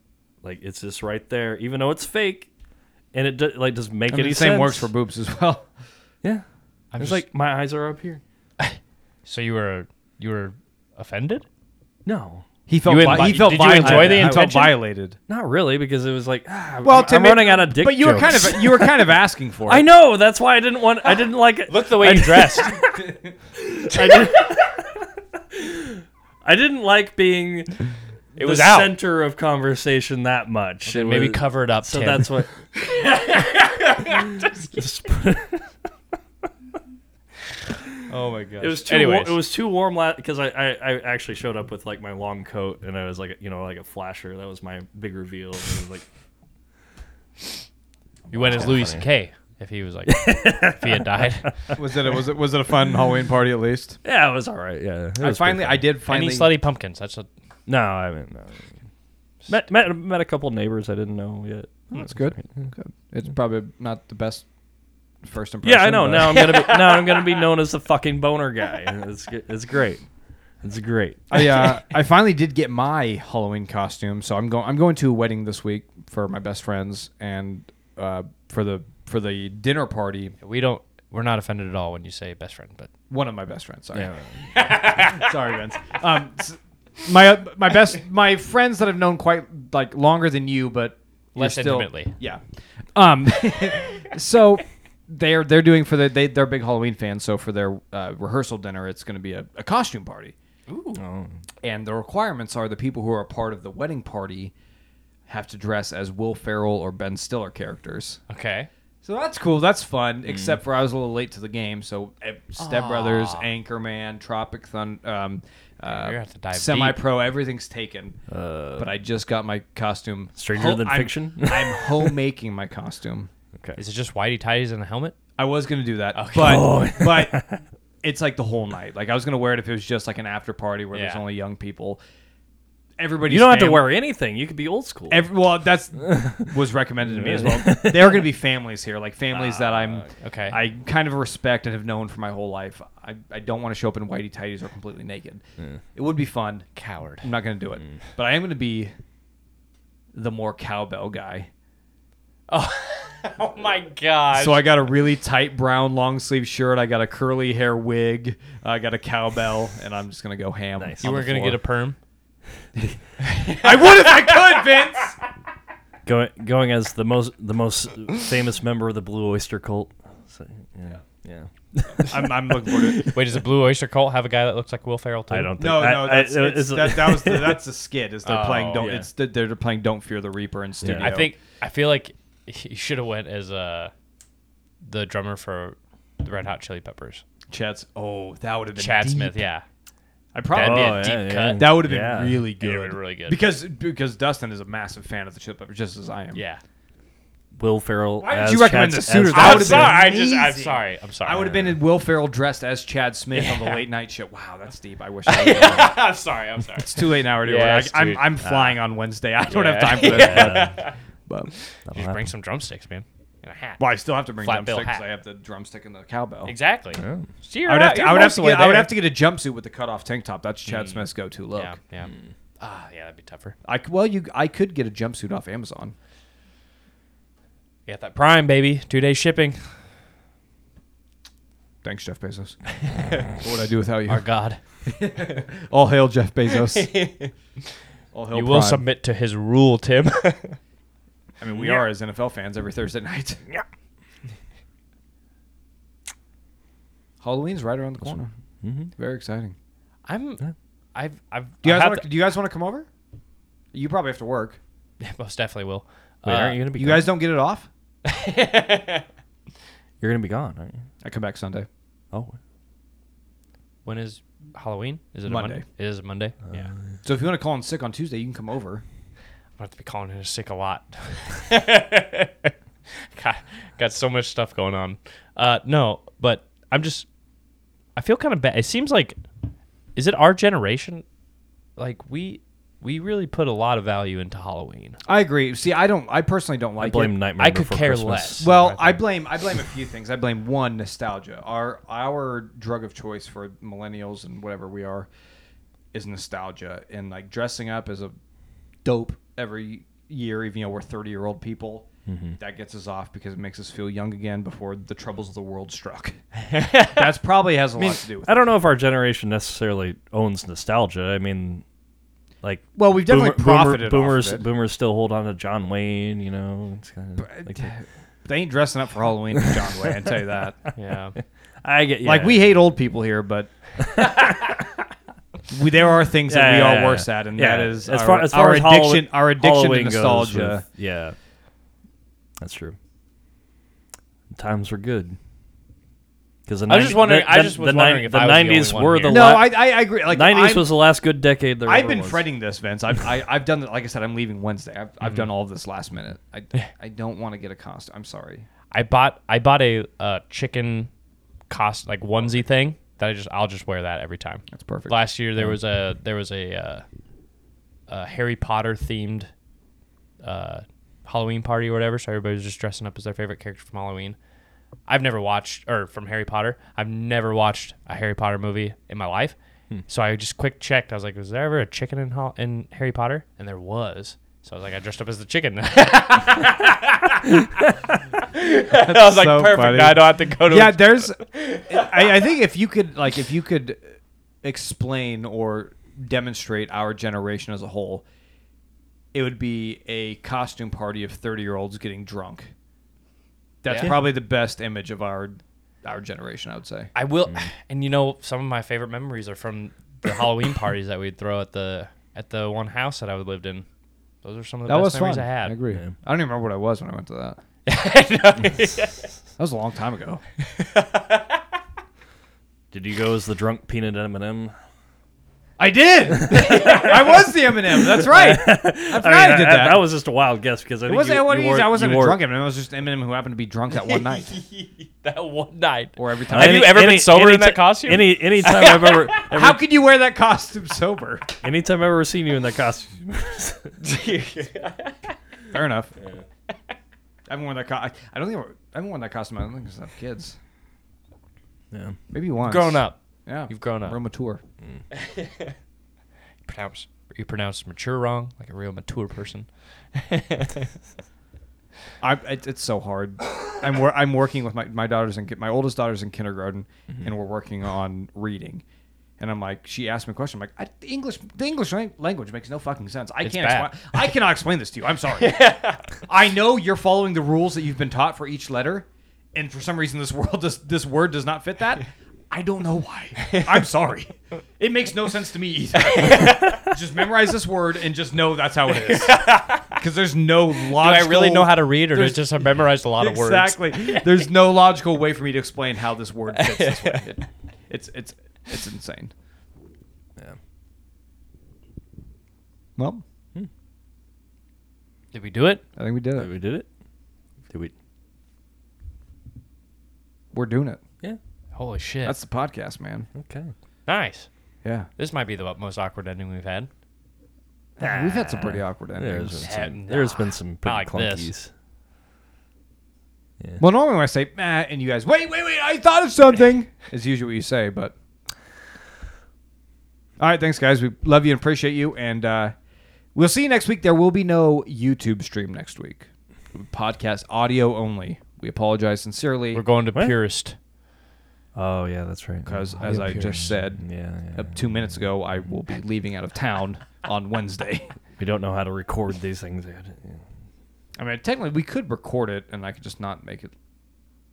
Speaker 3: Like it's just right there, even though it's fake, and it do, like doesn't make
Speaker 1: I mean,
Speaker 3: any
Speaker 1: the same
Speaker 3: sense.
Speaker 1: works for boobs as [LAUGHS] well.
Speaker 3: yeah.
Speaker 2: I'm
Speaker 3: it's
Speaker 2: just-
Speaker 3: like my eyes are up here.
Speaker 2: So you were you were offended?
Speaker 3: No,
Speaker 1: He felt
Speaker 2: You invi-
Speaker 1: vi- he felt
Speaker 2: did you
Speaker 1: violated.
Speaker 2: enjoy the
Speaker 1: I felt
Speaker 2: intention?
Speaker 1: violated.
Speaker 3: not really because it was like ah,
Speaker 1: Well,
Speaker 3: I'm,
Speaker 1: Tim,
Speaker 3: I'm running out of dick.
Speaker 1: But you were kind
Speaker 3: jokes.
Speaker 1: of you were kind of asking for it.
Speaker 3: I know that's why I didn't want. [LAUGHS] I didn't like it.
Speaker 2: Look the way
Speaker 3: I
Speaker 2: you
Speaker 3: didn't-
Speaker 2: dressed.
Speaker 3: I didn't, [LAUGHS] I didn't like [LAUGHS] being
Speaker 2: It
Speaker 3: the
Speaker 2: was out.
Speaker 3: center of conversation that much. It
Speaker 2: Maybe
Speaker 3: was-
Speaker 2: cover it up.
Speaker 3: So
Speaker 2: Tim.
Speaker 3: that's [LAUGHS] what.
Speaker 1: Oh my god.
Speaker 3: It was too. Wa-
Speaker 2: Anyways.
Speaker 3: it was too warm because I, I I actually showed up with like my long coat and I was like you know like a flasher. That was my big reveal. It was like
Speaker 2: you went as Louis C.K. If he was like, if he had died,
Speaker 1: was it a, was it was it a fun Halloween party at least?
Speaker 3: [LAUGHS] yeah, it was all right. Yeah, it
Speaker 1: I
Speaker 3: was pretty
Speaker 1: finally I
Speaker 3: fun.
Speaker 1: did
Speaker 2: any
Speaker 1: finally
Speaker 2: slutty pumpkins. That's what
Speaker 3: No, I mean, no. Met, met met a couple neighbors I didn't know yet.
Speaker 1: That's good. Good. It's probably not the best first impression.
Speaker 3: Yeah, I know.
Speaker 1: but-
Speaker 3: Now I'm gonna be now I'm [LAUGHS] gonna be known as the fucking boner guy. It's g- it's great. It's great.
Speaker 1: I uh, I finally did get my Halloween costume, so I'm going. I'm going to a wedding this week for my best friends, and uh, for the for the dinner party,
Speaker 2: we don't. We're not offended at all when you say best friend, but
Speaker 1: one of my best friends. Sorry,
Speaker 3: Yeah.
Speaker 1: sorry, Vince. Um, s- my my best my friends that I've known quite like longer than you, but you're
Speaker 2: Less
Speaker 1: still,
Speaker 2: intimately.
Speaker 1: Yeah. Um. [LAUGHS] so they're they're doing for the they they're big Halloween fans. So for their uh, rehearsal dinner, it's going to be a, a costume party. and the requirements are the people who are a part of the wedding party have to dress as Will Ferrell or Ben Stiller characters.
Speaker 2: okay.
Speaker 1: So that's cool. That's
Speaker 2: Mm.
Speaker 1: fun. Except for I was a little late to the game. So eh, Step Brothers, Anchorman, Tropic Thunder, um,
Speaker 2: You're gonna
Speaker 1: uh,
Speaker 2: have to dive deep.
Speaker 1: semi-pro, everything's taken. but I just got my costume.
Speaker 3: Uh, Stranger Than
Speaker 1: I'm-
Speaker 3: Fiction?
Speaker 1: [LAUGHS] I'm homemaking my costume.
Speaker 2: Is it just whitey tidies and
Speaker 1: [LAUGHS]
Speaker 2: a helmet?
Speaker 1: I was gonna do that, but
Speaker 3: Oh. [LAUGHS]
Speaker 1: but it's like the whole night. Like I was gonna wear it if it was just like an after party where there's
Speaker 2: Yeah.
Speaker 1: only young people. everybody's
Speaker 3: You don't have to
Speaker 1: fam-
Speaker 3: wear anything. You could be old school.
Speaker 1: Every, well, that's was recommended to me as well. There are going to be families here, like families that I'm
Speaker 2: okay.
Speaker 1: I kind of respect and have known for my whole life. I, I don't want to show up in whitey tighties or completely naked. It would be fun.
Speaker 2: Coward.
Speaker 1: I'm not going to do it, but I am going to be the more cowbell guy.
Speaker 2: Oh my god.
Speaker 1: So I got a really tight brown long sleeve shirt. I got a curly hair wig. I got a cowbell, and I'm just going to go ham.
Speaker 3: Nice.
Speaker 1: on
Speaker 2: you
Speaker 1: the
Speaker 2: weren't gonna
Speaker 1: floor.
Speaker 2: get a perm.
Speaker 1: [LAUGHS] I would if I could,
Speaker 2: [LAUGHS]
Speaker 1: Vince.
Speaker 3: going going as the most the most famous member of the Blue Oyster Cult. So, yeah, yeah. [LAUGHS]
Speaker 1: I'm, I'm looking forward to it.
Speaker 2: Wait, does the Blue Oyster Cult have a guy that looks like Will Ferrell too?
Speaker 3: I don't. Think,
Speaker 1: No,
Speaker 3: I-
Speaker 1: no,
Speaker 3: I-
Speaker 1: that's,
Speaker 3: it-
Speaker 1: it's-
Speaker 3: it's-
Speaker 1: that, that was the, that's the skid. Is they're
Speaker 2: Oh,
Speaker 1: playing don't
Speaker 3: yeah.
Speaker 1: it's they're playing don't fear the reaper in studio.
Speaker 2: I think I feel like he should have went as uh, the drummer for the Red Hot Chili Peppers.
Speaker 1: Chad's. Oh, that would have been
Speaker 2: Chad
Speaker 1: deep.
Speaker 2: Smith, yeah.
Speaker 1: I
Speaker 2: That'd
Speaker 3: Oh,
Speaker 1: probably
Speaker 2: be a deep cut.
Speaker 1: that would have been
Speaker 3: Yeah.
Speaker 1: really
Speaker 2: It would've
Speaker 1: good.
Speaker 2: been really good.
Speaker 1: because because Dustin is a massive fan of the Chili Peppers, just as I am.
Speaker 2: Yeah.
Speaker 3: Will Ferrell.
Speaker 1: Why did
Speaker 3: as
Speaker 1: you recommend
Speaker 3: Chad's-
Speaker 1: the suit
Speaker 3: as
Speaker 1: of That
Speaker 2: I'm
Speaker 1: would've
Speaker 2: sorry. I
Speaker 1: been
Speaker 2: just I'm
Speaker 1: amazing.
Speaker 2: sorry. [LAUGHS] I'm sorry.
Speaker 1: I would have [LAUGHS] been in Will Ferrell dressed as Chad Smith on the late night show. Wow, that's deep. I
Speaker 2: [LAUGHS]
Speaker 1: wish. I would've known.
Speaker 2: I'm sorry. I'm sorry.
Speaker 1: It's too late now.
Speaker 2: Yeah,
Speaker 1: Yeah,
Speaker 2: it's
Speaker 1: I, I'm
Speaker 2: too- uh,
Speaker 1: I'm flying on Wednesday. I don't
Speaker 2: Yeah.
Speaker 1: have time
Speaker 2: [LAUGHS]
Speaker 1: for this. [LAUGHS] But,
Speaker 3: That'll
Speaker 2: Just
Speaker 3: happen.
Speaker 2: bring some drumsticks, man, and a hat.
Speaker 1: well, I still have to bring
Speaker 2: Flat bill
Speaker 1: drumsticks.
Speaker 2: hat.
Speaker 1: I have the drumstick and the cowbell.
Speaker 2: Exactly.
Speaker 3: Oh.
Speaker 2: So you're
Speaker 1: I would have
Speaker 2: out-
Speaker 1: to.
Speaker 2: you're
Speaker 1: I would
Speaker 2: most
Speaker 1: have
Speaker 2: of
Speaker 1: to,
Speaker 2: the way
Speaker 1: get, Mm. I would
Speaker 2: there.
Speaker 1: have to get a jumpsuit with the cutoff tank top. That's Chad Smith's go-to look.
Speaker 2: Yeah. Yeah.
Speaker 1: Hmm.
Speaker 2: Ah, yeah. That'd be tougher.
Speaker 1: I c- well, you I could get a jumpsuit off Amazon.
Speaker 2: You got that Prime, baby. Two day shipping.
Speaker 1: Thanks, Jeff [LAUGHS] Bezos. what would I do without you?
Speaker 2: Our God.
Speaker 1: All hail Jeff Bezos. [LAUGHS] All hail
Speaker 2: you will
Speaker 1: Prime.
Speaker 2: submit to his rule, Tim.
Speaker 1: I mean, we are as NFL fans every Thursday night.
Speaker 2: Yeah.
Speaker 1: [LAUGHS] Halloween's right around the corner.
Speaker 3: Mm-hmm.
Speaker 1: Very exciting.
Speaker 2: I'm. I've. I've.
Speaker 1: Do you
Speaker 2: I
Speaker 1: guys
Speaker 2: have
Speaker 1: want to, do you guys want to come over? You probably have to work.
Speaker 2: the- [LAUGHS] most definitely will. Uh,
Speaker 3: Wait, aren't you gonna be?
Speaker 1: Uh, You
Speaker 3: gone?
Speaker 1: guys don't get it off?
Speaker 3: You're gonna be gone, aren't you?
Speaker 1: I come back Sunday.
Speaker 3: Oh,
Speaker 2: When is Halloween? Is it
Speaker 1: Monday.
Speaker 2: a Monday? It is a Monday. yeah. I'm
Speaker 1: So if you want to call in sick on Tuesday, you can come over.
Speaker 2: gonna have to be calling in sick a lot. [LAUGHS] got, got so much stuff going on. Uh, no, but I'm just. I feel kind of bad. It seems like, is it our generation? Like we, we really put a lot of value into Halloween.
Speaker 1: I agree. See, I don't. I personally don't like
Speaker 3: I blame
Speaker 1: it.
Speaker 3: Nightmare.
Speaker 2: I could
Speaker 3: Before
Speaker 2: care
Speaker 3: Christmas.
Speaker 2: less.
Speaker 1: Well,
Speaker 2: Right
Speaker 1: I blame I blame a few things. I blame one nostalgia. Our our drug of choice for millennials and whatever we are is nostalgia and like dressing up as a dope every year, even though we're thirty year old people. That gets us off because it makes us feel young again before the troubles of the world struck. That's probably has a lot to do with. it.
Speaker 3: I don't know if our generation necessarily owns nostalgia. I mean, like,
Speaker 1: Well, we've definitely profited off of
Speaker 3: boomers,
Speaker 1: it.
Speaker 3: boomers still hold on to John Wayne. You know, it's kind of. Like
Speaker 1: uh,
Speaker 3: the-
Speaker 1: They ain't dressing up for Halloween, in John Way. I tell you that.
Speaker 2: Yeah.
Speaker 3: I get
Speaker 1: Like
Speaker 3: yeah.
Speaker 1: we hate old people here,
Speaker 3: [LAUGHS]
Speaker 1: but we, there are things that
Speaker 3: Yeah,
Speaker 1: we
Speaker 3: yeah,
Speaker 1: are
Speaker 3: yeah.
Speaker 1: worse at, and
Speaker 3: Yeah.
Speaker 1: that is
Speaker 3: as
Speaker 1: our,
Speaker 3: far as, far
Speaker 1: our
Speaker 3: as Hallow-
Speaker 1: addiction, our addiction
Speaker 3: Halloween
Speaker 1: to
Speaker 3: goes
Speaker 1: nostalgia.
Speaker 3: with- yeah, that's true. Times were good. Because the
Speaker 2: I was just
Speaker 3: 90
Speaker 2: wondering-
Speaker 3: The,
Speaker 2: I
Speaker 3: the-
Speaker 2: just was
Speaker 3: the nin-
Speaker 2: wondering if
Speaker 3: the
Speaker 2: I was the only
Speaker 3: nineties
Speaker 2: one
Speaker 3: were
Speaker 2: here.
Speaker 3: the
Speaker 1: No,
Speaker 3: la-
Speaker 1: I, I, I agree. Like
Speaker 3: 90s
Speaker 1: I'm-
Speaker 3: was the last good decade there
Speaker 1: I've
Speaker 3: ever
Speaker 1: been
Speaker 3: was.
Speaker 1: fretting this, Vince. I've, I, I've done it. Like I said, I'm leaving Wednesday. I've,
Speaker 3: Mm-hmm.
Speaker 1: I've done all of this last minute. I,
Speaker 3: [LAUGHS]
Speaker 1: I don't want to get a costume. I'm sorry.
Speaker 2: I bought I bought a uh, chicken cost like onesie thing that I just I'll just wear that every time.
Speaker 1: That's perfect.
Speaker 2: Last year there was a there was a, uh, a Harry Potter themed uh, Halloween party or whatever, so everybody was just dressing up as their favorite character from Halloween. I've never watched or from Harry Potter. I've never watched a Harry Potter movie in my life.
Speaker 1: Hmm.
Speaker 2: So I just quick checked. I was like, was there ever a chicken in, Hol- in Harry Potter? And there was. So I was like, I dressed up as the chicken. [LAUGHS] I was like,
Speaker 1: so
Speaker 2: perfect.
Speaker 1: funny.
Speaker 2: Now I don't have to go to
Speaker 1: yeah, there's. I, I think if you could, like, if you could explain or demonstrate our generation as a whole, it would be a costume party of thirty-year-olds getting drunk. That's
Speaker 2: Yeah.
Speaker 1: probably the best image of our our generation. I would say.
Speaker 2: I will, [SIGHS] and you know, some of my favorite memories are from the [COUGHS] Halloween parties that we'd throw at the at the one house that I lived in. Those are some of the best memories I had.
Speaker 1: agree.
Speaker 3: Yeah.
Speaker 1: I don't even remember what I was when I went to that. that [LAUGHS] was a long time ago.
Speaker 3: Did you go as the drunk peanut M and m
Speaker 1: I [LAUGHS] did. I was the Eminem. That's right. [LAUGHS] I forgot I, did that.
Speaker 3: That was just a wild guess because I
Speaker 1: it
Speaker 3: think
Speaker 1: wasn't.
Speaker 3: you,
Speaker 1: it wasn't
Speaker 3: you wore-
Speaker 1: I wasn't
Speaker 3: you
Speaker 1: a
Speaker 3: wore-
Speaker 1: drunk Eminem. I was just Eminem who happened to be drunk that one
Speaker 3: [LAUGHS]
Speaker 1: night
Speaker 2: [LAUGHS] that one night. [LAUGHS]
Speaker 1: or every
Speaker 2: Have
Speaker 1: time.
Speaker 2: you ever been sober in that
Speaker 3: ti-
Speaker 2: costume?
Speaker 3: Any anytime
Speaker 1: [LAUGHS]
Speaker 3: I've ever, ever
Speaker 1: How could you wear that costume
Speaker 3: [LAUGHS]
Speaker 1: sober?
Speaker 3: anytime I've ever seen you in
Speaker 1: [LAUGHS]
Speaker 3: that costume.
Speaker 1: Fair enough. I haven't worn that. Co- I I don't think I've- I haven't worn that costume. I don't think I have kids.
Speaker 3: yeah.
Speaker 1: Maybe once.
Speaker 2: grown up.
Speaker 1: Yeah.
Speaker 2: You've grown up.
Speaker 1: Real mature.
Speaker 2: pronounce you pronounce mature wrong, like a real mature [LAUGHS] person.
Speaker 1: I, it, it's so hard. I'm wor- I'm working with my my daughters and my oldest daughter's in kindergarten,
Speaker 2: Mm-hmm.
Speaker 1: and we're working on reading. And I'm like, she asked me a question. I'm like, I, the English the English lang- language makes no fucking sense. I
Speaker 2: It's
Speaker 1: can't.
Speaker 2: bad.
Speaker 1: Expli- I cannot explain this to you. I'm
Speaker 2: [LAUGHS]
Speaker 1: sorry. I know you're following the rules that you've been taught for each letter, and for some reason this world does this word does not fit that. I don't know why. I'm sorry. It makes no sense to me
Speaker 2: [LAUGHS]
Speaker 1: either. just memorize this word and just know that's how it
Speaker 2: [LAUGHS]
Speaker 1: is. Because there's no logical.
Speaker 2: Do I really know how to read, or did
Speaker 1: there's-
Speaker 2: just I [LAUGHS] memorized a lot of words?
Speaker 1: exactly. There's no logical way for me to explain how this word fits this way.
Speaker 2: [LAUGHS]
Speaker 1: It- it's it's it's insane.
Speaker 3: Yeah.
Speaker 1: Well,
Speaker 2: [LAUGHS] Did we do it?
Speaker 1: I think we did
Speaker 3: Did
Speaker 1: it.
Speaker 3: we did it? Did we?
Speaker 1: We're doing it.
Speaker 3: Yeah.
Speaker 2: Holy shit!
Speaker 1: That's the podcast, man.
Speaker 3: Okay.
Speaker 2: nice.
Speaker 1: Yeah.
Speaker 2: This might be the most awkward ending we've had.
Speaker 1: We've had some pretty awkward endings.
Speaker 3: There's been
Speaker 2: Yeah,
Speaker 3: some. There's been some pretty
Speaker 2: like
Speaker 3: clunkies.
Speaker 2: this.
Speaker 1: Well, normally when I say "meh" and you guys, wait, wait, wait, I thought of something, [LAUGHS] is usually what you say. But all right, thanks, guys. We love you and appreciate you, and uh, we'll see you next week. There will be no YouTube stream next week. Podcast audio only. We apologize sincerely
Speaker 2: We're going to
Speaker 3: What?
Speaker 2: purist.
Speaker 3: Oh yeah, that's right.
Speaker 1: because, as I just said
Speaker 3: Yeah. yeah.
Speaker 1: uh, two minutes ago, I will be leaving out of
Speaker 3: [LAUGHS]
Speaker 1: town on Wednesday.
Speaker 3: We don't know how to record these things. yet. Yeah.
Speaker 1: I mean, technically, we could record it, and I could just not make it.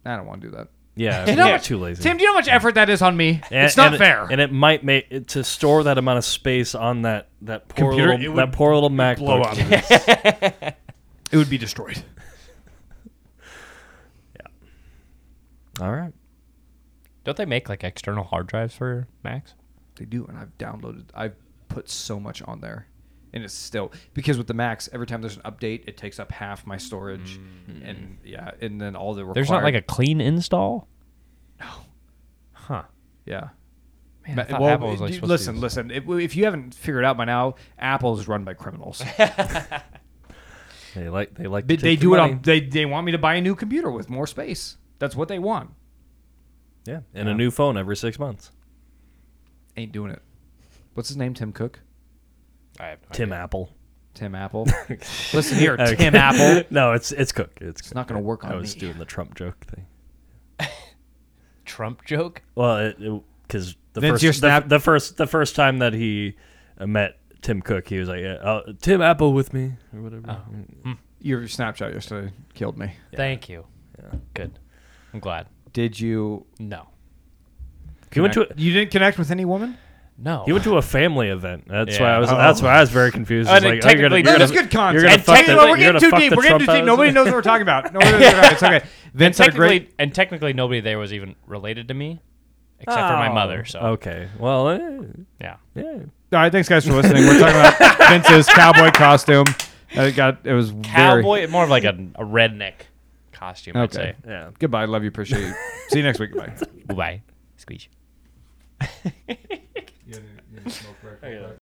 Speaker 1: I don't want to do that.
Speaker 3: Yeah,
Speaker 1: You know how
Speaker 3: we're
Speaker 1: much-
Speaker 3: too lazy.
Speaker 1: Tim, do you know how much effort that is on me?
Speaker 3: And-
Speaker 1: it's not
Speaker 3: and-
Speaker 1: fair.
Speaker 3: and it might make it, to store that amount of space on that that poor
Speaker 1: Computer, it
Speaker 3: little
Speaker 1: would
Speaker 3: that poor little MacBook.
Speaker 1: blow up.
Speaker 2: [LAUGHS]
Speaker 3: is-
Speaker 1: it would be destroyed.
Speaker 3: All right.
Speaker 2: Don't they make like external hard drives for Macs?
Speaker 1: They do, and I've downloaded. I've put so much on there, and it's still because with the Macs, every time there's an update, it takes up half my storage, and yeah, and then all the required.
Speaker 2: Hmm. There's not like a clean install. No. Huh.
Speaker 1: yeah.
Speaker 2: Man,
Speaker 1: Ma-
Speaker 2: I thought
Speaker 1: well,
Speaker 2: Apple was like
Speaker 1: d-
Speaker 2: supposed to
Speaker 1: listen,
Speaker 2: use-
Speaker 1: listen. If, if you haven't figured out by now, Apple is run by criminals.
Speaker 3: They like they like
Speaker 1: they,
Speaker 3: to
Speaker 1: they
Speaker 3: take
Speaker 1: do
Speaker 3: your
Speaker 1: it.
Speaker 3: money.
Speaker 1: On, they they want me to buy a new computer with more space. That's what they want.
Speaker 3: Yeah, and a new phone every six months.
Speaker 1: Ain't doing it. What's his name? Tim Cook.
Speaker 2: I have no
Speaker 3: Tim
Speaker 2: idea.
Speaker 3: [LAUGHS] Apple.
Speaker 1: Tim Apple. listen here, Tim Apple.
Speaker 3: [LAUGHS] no, it's it's Cook. It's,
Speaker 1: It's not going to work on
Speaker 3: I was
Speaker 1: me.
Speaker 3: doing the Trump joke thing.
Speaker 2: Trump joke.
Speaker 3: Well, because the
Speaker 1: Vince,
Speaker 3: first
Speaker 1: your
Speaker 3: the-
Speaker 1: snap-
Speaker 3: the, first the first time that he uh, met Tim Cook, he was like, yeah, uh, "Tim Apple with me" or whatever.
Speaker 1: Oh, Your Snapchat yesterday killed me.
Speaker 2: Thank you.
Speaker 3: Yeah.
Speaker 2: Good. I'm glad.
Speaker 1: Did you
Speaker 2: No.
Speaker 3: He went to a,
Speaker 1: Connect- you didn't connect with anyone?
Speaker 2: No.
Speaker 3: he went to a family event. That's why
Speaker 2: Yeah.
Speaker 3: I was that's why I was very confused.
Speaker 2: I
Speaker 3: It's
Speaker 2: mean,
Speaker 3: like, oh, you're
Speaker 2: technically,
Speaker 3: gonna,
Speaker 2: no,
Speaker 3: you're
Speaker 2: that's
Speaker 3: gonna-
Speaker 1: good content.
Speaker 3: You're gonna
Speaker 2: And
Speaker 3: fuck
Speaker 2: technically,
Speaker 3: the,
Speaker 1: we're
Speaker 3: you're
Speaker 1: getting
Speaker 3: gonna
Speaker 1: too
Speaker 3: fuck
Speaker 1: deep.
Speaker 3: the
Speaker 1: We're getting too
Speaker 3: Trump
Speaker 1: deep. Nobody
Speaker 3: out.
Speaker 1: knows what we're talking
Speaker 3: [LAUGHS]
Speaker 1: about. Nobody knows what we're talking about. It's okay. Vince had a
Speaker 2: technically,
Speaker 1: great.
Speaker 2: [LAUGHS] and technically nobody there was even related to me, except for
Speaker 1: Oh,
Speaker 2: my mother. So
Speaker 3: Oh. Okay. Well, eh,
Speaker 2: yeah,
Speaker 3: yeah.
Speaker 1: All right, thanks guys for listening. We're talking about
Speaker 3: [LAUGHS]
Speaker 1: Vince's cowboy costume. It got. It was very-
Speaker 2: cowboy, more of like a, a redneck costume. I'd
Speaker 1: Okay.
Speaker 2: say.
Speaker 3: Yeah.
Speaker 1: Goodbye. Love you. Appreciate you. See you next week. [LAUGHS] Goodbye.
Speaker 2: [LAUGHS] Bye. Squeeze.
Speaker 1: Yeah, smoke break.